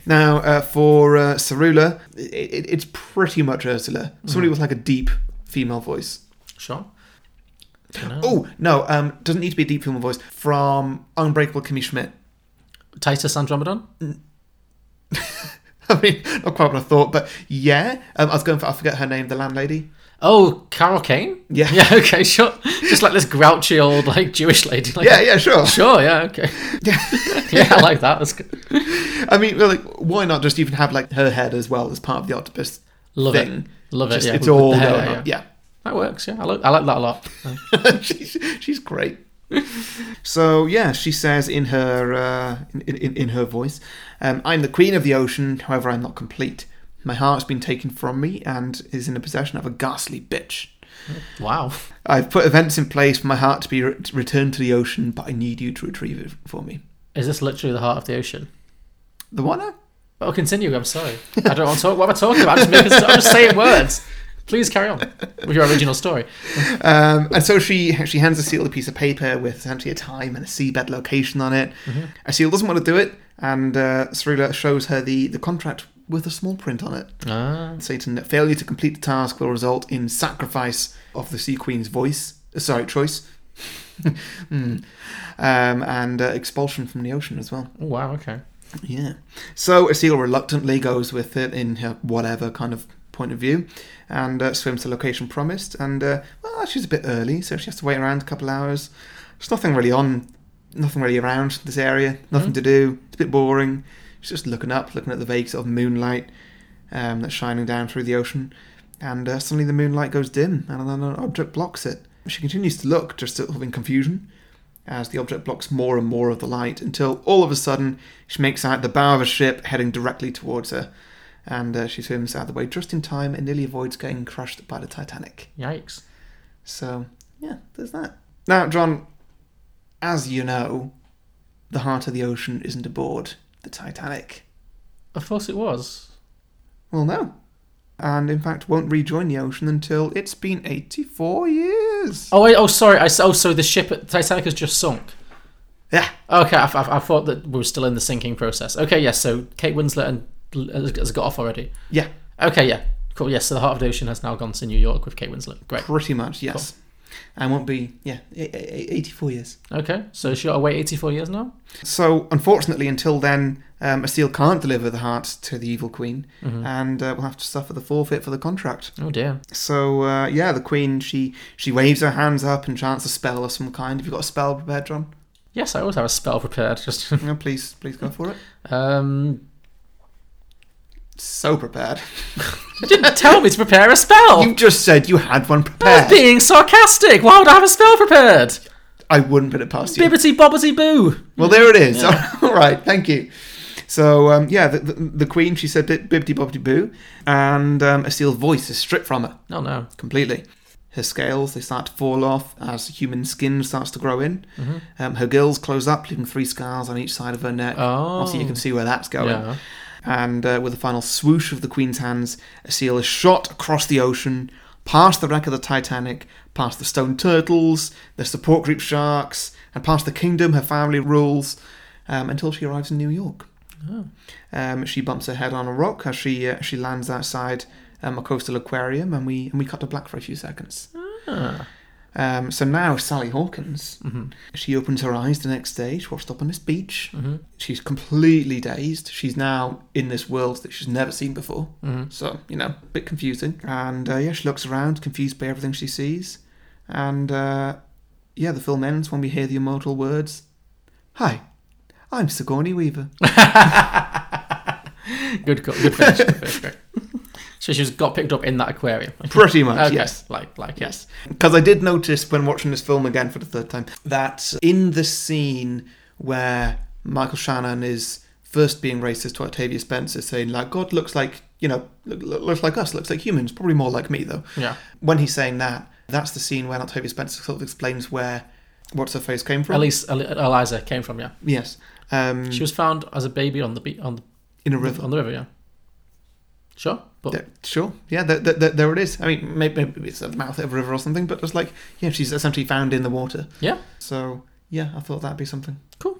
Now, uh, for uh, Cerula, i it, it's pretty much Ursula.
Mm.
Somebody with like a deep female voice.
sure.
Oh, no, um, doesn't need to be a deep female voice. From Unbreakable Kimmy Schmidt.
Titus Andromedon.
I mean, not quite what I thought, but yeah. Um, I was going for, I forget her name, the landlady.
Oh, Carol Kane?
Yeah.
Yeah, okay, sure. Just like this grouchy old like Jewish lady. Like,
Yeah, yeah, sure.
Sure, yeah, okay. yeah, I like that. That's good.
I mean, well, like, why not just even have like her head as well as part of the octopus
Love it.
thing?
Love it,
Just,
yeah.
It's
With the
all
hair,
going
yeah.
on. Yeah.
That works, yeah. I, lo- I like that a lot.
she's, she's great. So yeah, she says in her uh, in, in, in her voice, um, "I'm the queen of the ocean. However, I'm not complete. My heart's been taken from me and is in the possession of a ghastly bitch.
Wow.
I've put events in place for my heart to be re- returned to the ocean, but I need you to retrieve it for me."
Is this literally the heart of the ocean?
The what?
But I'll continue, I'm sorry. I don't want to talk. What am I talking about? I'm just, making, I'm just saying words. Please carry on with your original story.
Um, and so she she hands Asil a piece of paper with essentially a time and a seabed location on it. Asil doesn't want to do it, and uh, Sarula shows her the, the contract with a small print on it.
Ah,
Satan that failure to complete the task will result in sacrifice of the Sea Queen's voice, uh, sorry, choice, Hmm. um, and uh, expulsion from the ocean as well.
oh, wow, okay.
Yeah. So Asil reluctantly goes with it in her whatever kind of point of view and uh, swims to the location promised. And, uh, well, she's a bit early, so she has to wait around a couple hours. There's nothing really on, nothing really around this area, nothing to do. It's a bit boring. She's just looking up, looking at the vague sort of moonlight um, that's shining down through the ocean. And uh, suddenly the moonlight goes dim and then an object blocks it. She continues to look, just sort of in confusion as the object blocks more and more of the light until all of a sudden she makes out the bow of a ship heading directly towards her. And uh, she swims out of the way just in time and nearly avoids getting crushed by the Titanic.
Yikes.
So, yeah, there's that. Now, John, as you know, the heart of the ocean isn't aboard the Titanic.
Of course it was.
Well, no. And in fact, won't rejoin the ocean until it's been 84 years.
Oh, wait, oh, sorry. I, s- oh, so the ship, at Titanic has just sunk.
Yeah,
Okay, I, I, I thought that we were still in the sinking process. Okay, yes, so Kate Winslet and has- has got off already.
yeah,
Okay, yeah, cool. Yes, so the Heart of the Ocean has now gone to New York with Kate Winslet. Great.
pretty much, yes. And won't be, yeah, e- e- 84 years.
Okay, so she got to wait 84 years now?
So, unfortunately, until then, um, Aseel can't deliver the heart to the evil queen, and uh, will have to suffer the forfeit for the contract.
Oh dear.
So, uh, yeah, the queen she she waves her hands up and chants a spell of some kind. Have you got a spell prepared, John?
Yes, I always have a spell prepared. Just
No, please, please go for it.
um,
So prepared.
you didn't tell me to prepare a spell.
You just said you had one
I was
prepared.
being sarcastic. Why would I have a spell prepared?
I wouldn't put it past you.
Bibbity bobbity boo.
Well, there it is. All right, thank you. So, um, yeah, the, the, the queen she said bibbity bobbity boo, and um, Aseel's voice is stripped from her.
No, Oh, no.
completely. Her scales they start to fall off as human skin starts to grow in. Um, her gills close up, leaving three scars on each side of her neck.
Oh.
Obviously, you can see where that's going.
Yeah.
And uh, with a final swoosh of the queen's hands, a seal is shot across the ocean, past the wreck of the Titanic, past the Stone Turtles, the support group Sharks, and past the kingdom her family rules, um, until she arrives in New York. Um, she bumps her head on a rock as she uh, she lands outside um, a coastal aquarium, and we and we cut to black for a few seconds. Um, so now Sally Hawkins, she opens her eyes the next day. She washed up on this beach. She's completely dazed. She's now in this world that she's never seen before. So you know, a bit confusing. And uh, yeah, she looks around, confused by everything she sees. And uh, yeah, the film ends when we hear the immortal words, "Hi, I'm Sigourney Weaver."
Good, co- good finish. Good finish, great. So she's got picked up in that aquarium.
Pretty much,
Okay,
yes.
Like, like, yes.
Because I did notice when watching this film again for the third time that in the scene where Michael Shannon is first being racist to Octavia Spencer, saying like God looks like you know look- look- looks like us, looks like humans, probably more like me though.
Yeah.
When he's saying that, that's the scene when Octavia Spencer sort of explains where what's her face came from.
At least El- Eliza came from, yeah.
yes, um,
She was found as a baby on the be- on the,
in a river.
on the river, yeah. Sure, but
There- sure, yeah, there, there, there- there it is. I mean, maybe, maybe it's a mouth of a river or something, but it's like, yeah, she's essentially found in the water.
yeah,
So, yeah, I thought that'd be something.
cool.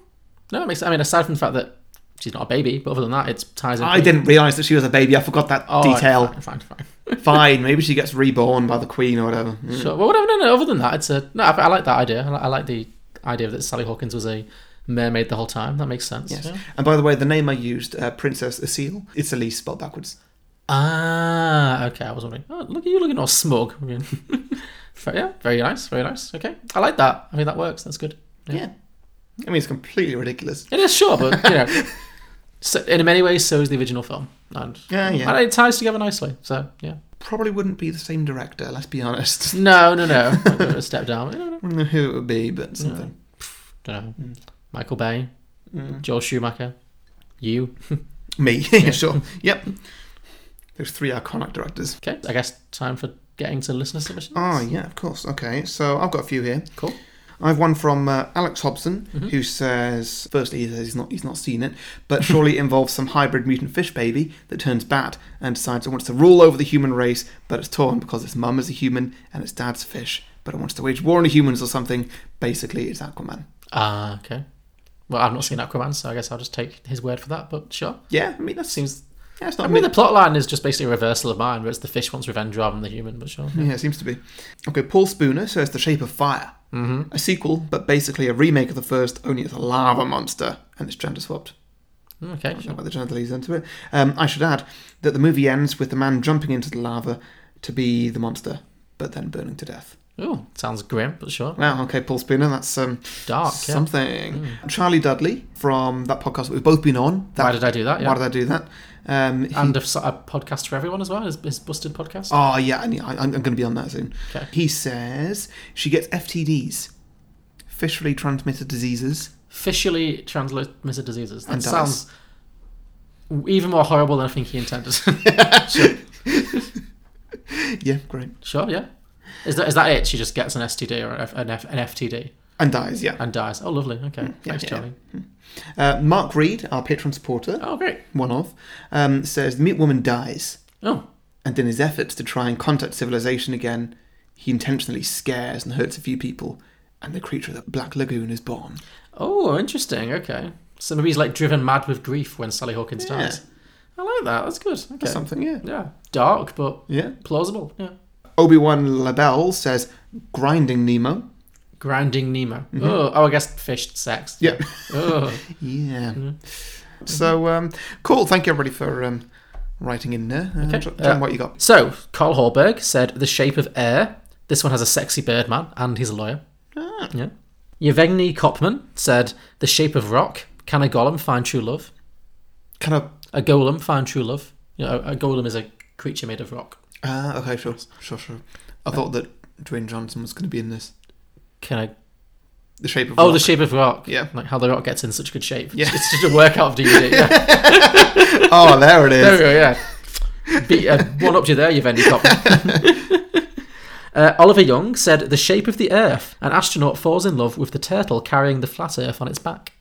No, it makes. I mean, aside from the fact that she's not a baby, but other than that, it ties in.
I
pretty-
didn't realise that she was a baby. I forgot that
Oh,
detail.
Fine, fine, fine.
Fine, maybe she gets reborn by the queen or whatever. Mm.
Sure. Well, whatever. No, no. Other than that, it's a. No, I, I like that idea. I, li- I like the idea that Sally Hawkins was a mermaid the whole time. That makes sense.
Yes.
yeah.
And by the way, the name I used, uh, Princess Asile, it's Elise spelled backwards.
Ah. Okay. I was wondering. Oh, look at you looking all smug. I mean, fair- yeah. Very nice. Very nice. Okay. I like that. I mean, that works. That's good.
Yeah. I mean, it's completely ridiculous.
It is sure, but you know, so, in many ways, so is the original film, and
Yeah, yeah.
and it ties together nicely. So yeah,
Probably wouldn't be the same director, let's be honest.
no, no, no, Might be a step down. I don't
I don't know who it would be, but something.
know. Michael Bay, Joel Schumacher, you.
Me, yeah, sure. Yep. Those three iconic directors.
Okay, I guess time for getting to listener submissions.
Oh, yeah, of course. Okay, so I've got a few here.
Cool. Mm-hmm.
I've one from uh, Alex Hobson, who says, firstly, he says he's not he's not seen it, but surely it involves some hybrid mutant fish baby that turns bad and decides it wants to rule over the human race, but it's torn because its mum is a human and its dad's a fish, but it wants to wage war on the humans or something. Basically, it's Aquaman.
Ah, okay. Well, I've not seen Aquaman, so I guess I'll just take his word for that. But sure,
Yeah, I mean that seems. Yeah, it's not.
I mean the plot line is just basically a reversal of mine, where it's the fish wants revenge rather than the human. But sure,
Yeah, it seems to be. Okay, Paul Spooner says The Shape of Fire. Mm-hmm. A sequel, but basically a remake of the first, only it's a lava monster and it's gender swapped.
Mm, okay,
Don't
sure.
know whether Jonathan leads into it. Um, I should add that the movie ends with the man jumping into the lava to be the monster, but then burning to death.
Ooh, sounds grim, but sure,
Wow, okay, Paul Spooner, that's um,
dark. Yeah. Hmm.
something. Charlie Dudley from that podcast that we've both been on. That,
Why did I do that? Yeah.
Why did I do that? Um, he-
and a, so- a podcast for everyone as well. His, his busted podcast.
oh, yeah, I need- I, I'm going to be on that soon.
Okay.
He says she gets FTDs, fisherly transmitted diseases.
Officially transmitted diseases. That
And dies.
sounds even more horrible than I think he intended.
Yeah, great.
sure, yeah. Is that is that it? She just gets an STD or an, F, an, F, an FTD
And dies, yeah.
and dies. Oh, lovely. Okay, thanks,
Hmm, yeah,
Charlie.
Uh, Mark Reed, our patron supporter,
Oh, great.
one of, um, says the mute woman dies.
Oh,
and in his efforts to try and contact civilization again, he intentionally scares and hurts a few people, and the creature that Black Lagoon is born.
oh, interesting. Okay, so maybe he's like driven mad with grief when Sally Hawkins
Yeah.
dies. I like that. That's good. Okay.
That's something, yeah.
Yeah, dark but
Yeah.
plausible. Yeah.
Obi Wan Labelle says, grinding Nemo.
Grounding Nemo. Oh, oh, I guess fish sex.
Mm-hmm. Yeah.
oh.
Yeah.
Mm-hmm.
So, um, cool. Thank you, everybody, for um, writing in there. Uh,
Okay.
John, John,
Uh,
what you got?
So, Carl Horberg said The Shape of Air. This one has a sexy birdman, and he's a lawyer.
Ah.
Yeah. Yevgeny Kopman said The Shape of Rock. Can a golem find true love?
Kind of.
A golem find true love. You know, a, a golem is a creature made of rock.
Uh, okay, sure. Sure, sure. I thought that Dwayne Johnson was going to be in this.
Can I?
The shape of
Oh,
Rock.
the shape of rock.
Yeah.
like how the rock gets in such good shape.
Yeah.
it's just a workout of DVD. Yeah.
Oh, there it
there we
is.
go. Yeah, Be, uh, one up to you there, Yevgeny Kopman. Uh, Oliver Young said, "The shape of the Earth. An astronaut falls in love with the turtle carrying the flat Earth on its back."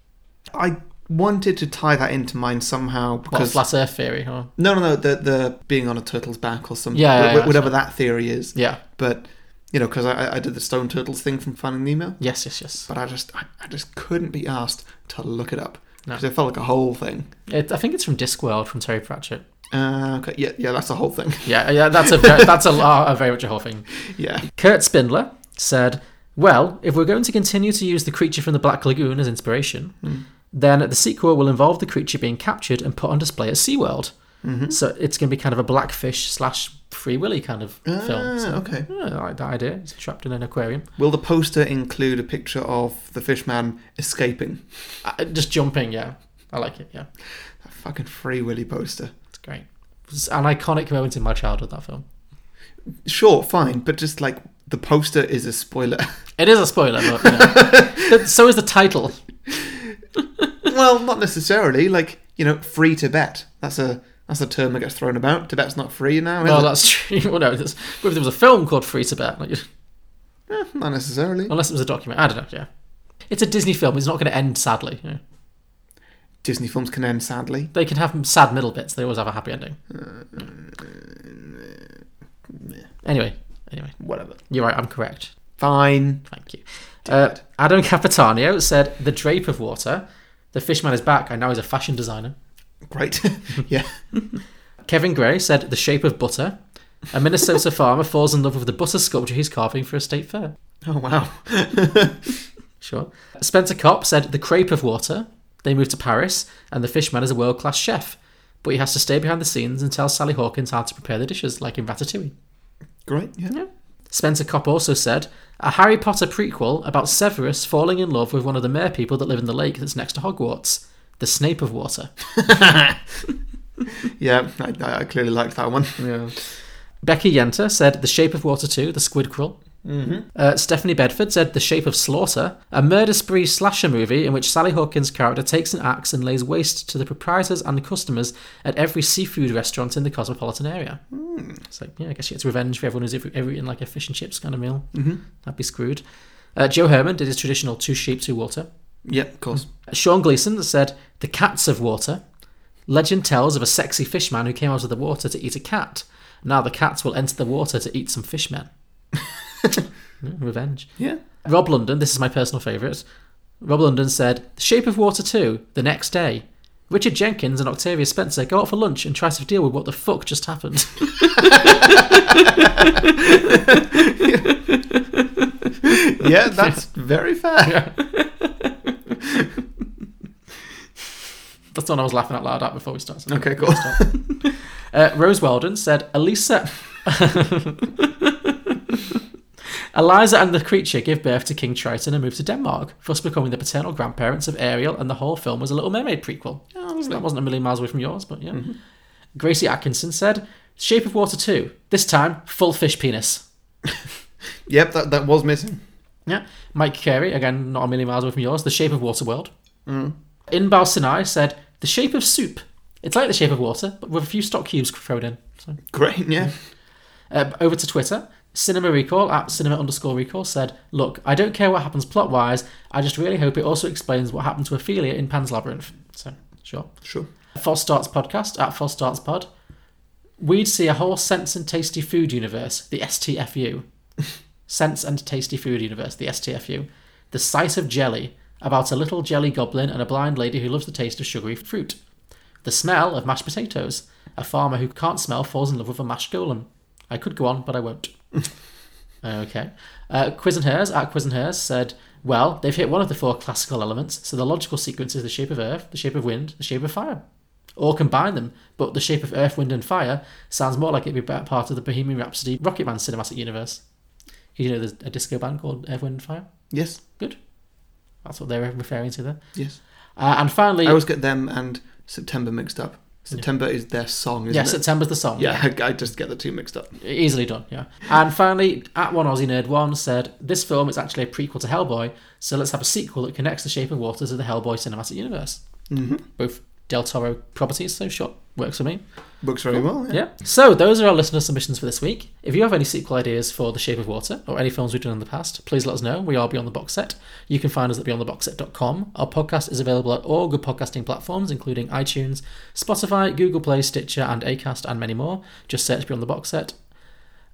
I wanted to tie that into mine somehow
What,
because
flat Earth theory? Huh?
no, no, no, the the being on a turtle's back or something,
Yeah, yeah,
wh-
yeah,
wh-
that's
whatever that theory is.
Yeah.
But you know, because I, I did the stone turtles thing from Finding Nemo,
Yes, yes, yes.
but I just I, I just couldn't be asked to look it up
No.
because it felt like a whole thing.
It, I think it's from Discworld from Terry Pratchett.
Uh, okay, yeah, yeah, that's a whole thing.
Yeah, yeah, that's a that's a, a very much a whole thing.
yeah,
Kurt Spindler said, Well, if we're going to continue to use the creature from the Black Lagoon as inspiration, then the sequel will involve the creature being captured and put on display at SeaWorld. So it's going to be kind of a blackfish slash free willy kind of film.
Ah,
So,
okay.
yeah, I like that idea. It's trapped in an aquarium.
Will the poster include a picture of the fish man escaping?
Uh, just jumping, yeah. I like it, yeah.
That fucking Free Willy poster.
It's great. It's an iconic moment in my childhood, that film.
Sure, fine, but just like the poster is a spoiler.
It is a spoiler, but you know. But so is the title.
well, not necessarily. Like you know, free Tibet. That's a that's a term that gets thrown about. Tibet's not free now. Is
Well,
it?
that's true. Well, no, it's- if there was a film called Free Tibet, like,
Not necessarily.
Unless it was a document. I don't know, yeah. It's a Disney film. It's not going to end sadly. you know.
Disney films can end sadly.
They can have sad middle bits. They always have a happy ending. Anyway, anyway.
Whatever.
You're right, I'm correct.
Fine.
Thank you. Uh, Adam Capitano said, The Drape of Water. The Fishman is back, and now he's a fashion designer.
Great. yeah.
Kevin Gray said, The Shape of Butter. A Minnesota farmer falls in love with the butter sculpture he's carving for a state fair.
Oh wow.
Sure. Spencer Copp said the crepe of water. They move to Paris, and the fishman is a world class chef, but he has to stay behind the scenes and tell Sally Hawkins how to prepare the dishes, like in Ratatouille.
Great. Yeah.
Spencer Copp also said a Harry Potter prequel about Severus falling in love with one of the mer people that live in the lake that's next to Hogwarts, the Snape of Water.
Yeah. I, I I clearly liked that one. Yeah.
Becky Yenta said The Shape of Water 2, The Squid Quill. Mm-hmm. Uh, Stephanie Bedford said The Shape of Slaughter, a murder spree slasher movie in which Sally Hawkins' character takes an axe and lays waste to the proprietors and customers at every seafood restaurant in the cosmopolitan area. It's like, yeah, I guess she gets revenge for everyone who's ever, ever eaten like a fish and chips kind of meal. Mm-hmm. That'd be screwed. Uh, Joe Herman did his traditional Two Sheep, Two Water.
Yeah. Of course.
Sean Gleason said, The Cats of Water. Legend tells of a sexy fishman who came out of the water to eat a cat. Now the cats will enter the water to eat some fishmen. Mm, Revenge.
Yeah.
Rob London, this is my personal favourite. Rob London said, The Shape of Water 2, the next day. Richard Jenkins and Octavia Spencer go out for lunch and try to deal with what the fuck just happened.
Yeah. That's very fair.
That's the one I was laughing out loud at before we started.
Okay. Cool.
Uh, Rose Weldon said, Elisa. Eliza and the creature give birth to King Triton and move to Denmark, thus becoming the paternal grandparents of Ariel, and the whole film was a Little Mermaid prequel. that wasn't a million miles away from yours, but yeah. Gracie Atkinson said, Shape of Water 2, this time full fish penis.
yep. That that was missing.
Yeah. Mike Carey, again, not a million miles away from yours, The Shape of Water World. Mm. Inbal Sinai said, The Shape of Soup. It's like The Shape of Water, but with a few stock cubes thrown in. So.
Great. Yeah.
Uh, over to Twitter. Cinema Recall at cinema underscore recall said, Look, I don't care what happens plot wise, I just really hope it also explains what happened to Ophelia in Pan's Labyrinth. So, sure.
Sure.
False Starts Podcast at False Starts Pod. We'd see a whole Sense and Tasty Food universe, the STFU. Sense and Tasty Food universe, the STFU. The Sight of Jelly, about a little jelly goblin and a blind lady who loves the taste of sugary fruit. The Smell of Mashed Potatoes, a farmer who can't smell falls in love with a mashed golem. I could go on, but I won't. okay. Uh, Quiz and Hers at Quiz and Hers said, well, they've hit one of the four classical elements, so the logical sequence is the shape of earth, the shape of wind, the shape of fire or combine them, but the shape of Earth, Wind, and Fire sounds more like it'd be better part of the Bohemian Rhapsody Rocketman cinematic universe. You know, there's a disco band called Earth, Wind, and Fire.
Yes.
Good. That's what they're referring to there.
Yes.
Uh, and finally,
I always get them and September mixed up. September is their song, isn't
yeah,
it?
September's the song.
yeah, I, I just get the two mixed up.
easily done. Yeah. And finally, at one Aussie nerd one said this film is actually a prequel to Hellboy, so let's have a sequel that connects the Shape of Water to the Hellboy cinematic universe. Mm-hmm. Both Del Toro properties, so sure, works for me.
Works very well. Yeah.
Yeah. So those are our listener submissions for this week. If you have any sequel ideas for The Shape of Water or any films we've done in the past, please let us know. We are Beyond the Box Set. You can find us at beyondtheboxset.com. Our podcast is available at all good podcasting platforms, including iTunes, Spotify, Google Play, Stitcher, and Acast, and many more. Just search Beyond the Box Set.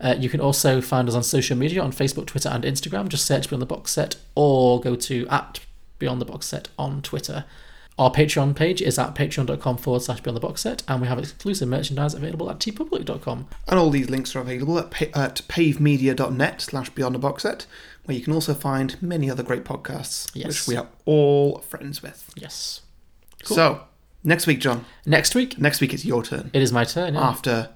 Uh, you can also find us on social media on Facebook, Twitter, and Instagram. Just search Beyond the Box Set or go to at Beyond the Box Set on Twitter. Our Patreon page is at patreon.com forward slash Beyond the Box Set, and we have exclusive merchandise available at tpublic.com.
And all these links are available at, pa- at pavemedia.net slash beyond the box set, where you can also find many other great podcasts,
Yes.
which we are all friends with.
Yes.
So, next week, John,
Next week,
next week it's your turn
it is my turn. yeah.
after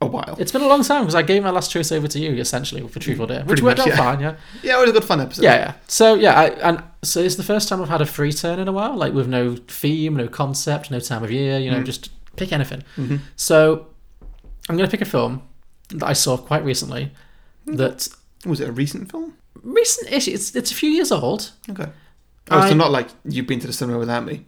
a while.
It's been a long time because I gave my last choice over to you, essentially, for Truth or Dare, which
Pretty
worked
much,
out
yeah.
fine, yeah.
yeah, it was a good fun episode.
Yeah, yeah. So, yeah, I, and so it's the first time I've had a free turn in a while, like with no theme, no concept, no time of year, you know, just pick anything. So, I'm going to pick a film that I saw quite recently that
Was it a recent film?
recent ish, it's, it's a few years old.
Okay. Oh,
I-
so not like you've been to the cinema without me.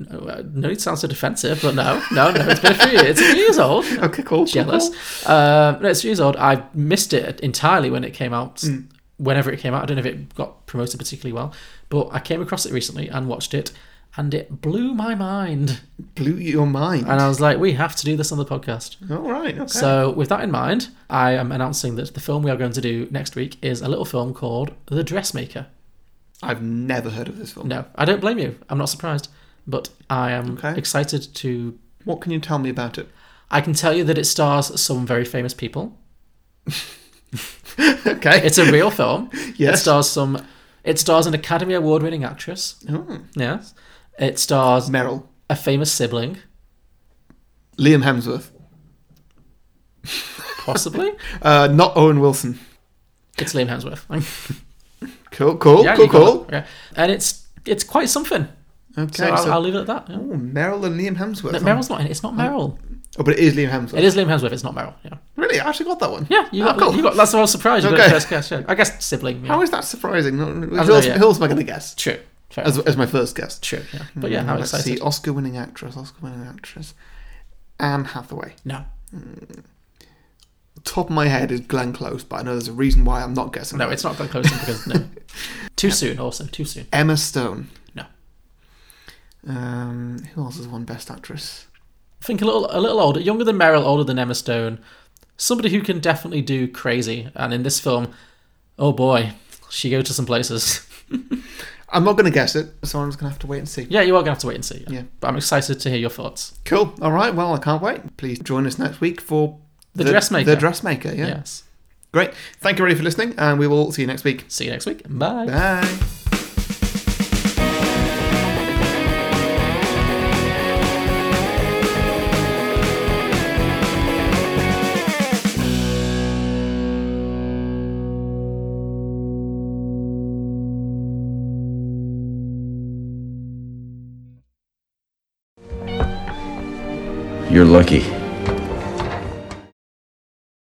No, uh, no, it sounds so defensive, but no, no, no, it's been a few years, it's a few years old.
Okay, cool. cool,
jealous.
cool.
Um, no, it's years old. I missed it entirely when it came out.
Mm.
Whenever it came out, I don't know if it got promoted particularly well, but I came across it recently and watched it, and it blew my mind.
Blew your mind.
And I was like, we have to do this on the podcast.
All right. Okay.
So, with that in mind, I am announcing that the film we are going to do next week is a little film called The Dressmaker.
I've never heard of this film.
No, I don't blame you. I'm not surprised, but I am
Okay.
excited to.
What can you tell me about it?
I can tell you that it stars some very famous people.
Okay.
It's a real film.
Yes.
It stars some. It stars an Academy Award winning actress.
Oh.
Yes. It stars
Meryl.
a famous sibling,
Liam Hemsworth.
possibly.
Uh, not Owen Wilson.
it's Liam Hemsworth.
Cool, cool,
Yeah,
cool,
you got
cool.
it. Yeah. And it's it's quite something.
Okay,
so, I'll,
so-
I'll leave it at that. yeah.
Oh, Meryl and Liam Hemsworth.
No, Meryl's not in it. It's not Meryl.
Oh, but it is Liam Hemsworth.
It is Liam Hemsworth. It's not Meryl. Yeah.
Really? I actually got that one.
Yeah. You
Oh,
got.
cool.
You got. That's the whole surprise. You got it
Okay.
first guess. Yeah. I guess sibling. Yeah.
How is that surprising? No, Who
don't
else,
know yet.
who else am I going to guess?
true? Fair
As,
enough.
as my first guess.
true. Yeah. But yeah,
Mm,
how
Let's
excited?
see. Oscar winning actress, Oscar winning actress. Anne Hathaway.
No.
Top of my head is Glenn Close, but I know there's a reason why I'm not guessing.
No,
that.
it's not that close because no. Too soon. Also, too soon.
Emma Stone.
No.
Um, who else has won Best Actress?
think a little a little older, younger than Meryl, older than Emma Stone, somebody who can definitely do crazy. And in this film, oh boy, she go to some places.
I'm not going to guess it, so I'm just going to have to wait and see.
yeah, you are gonna have to wait and see.
Yeah.
but I'm excited to hear your thoughts.
Cool. All right. Well, I can't wait. Please join us next week for
The Dressmaker.
The dressmaker. Yeah.
Yes.
Great. Thank you, everybody, for listening, and we will see you next week.
See you next week. Bye.
Bye.
You're lucky.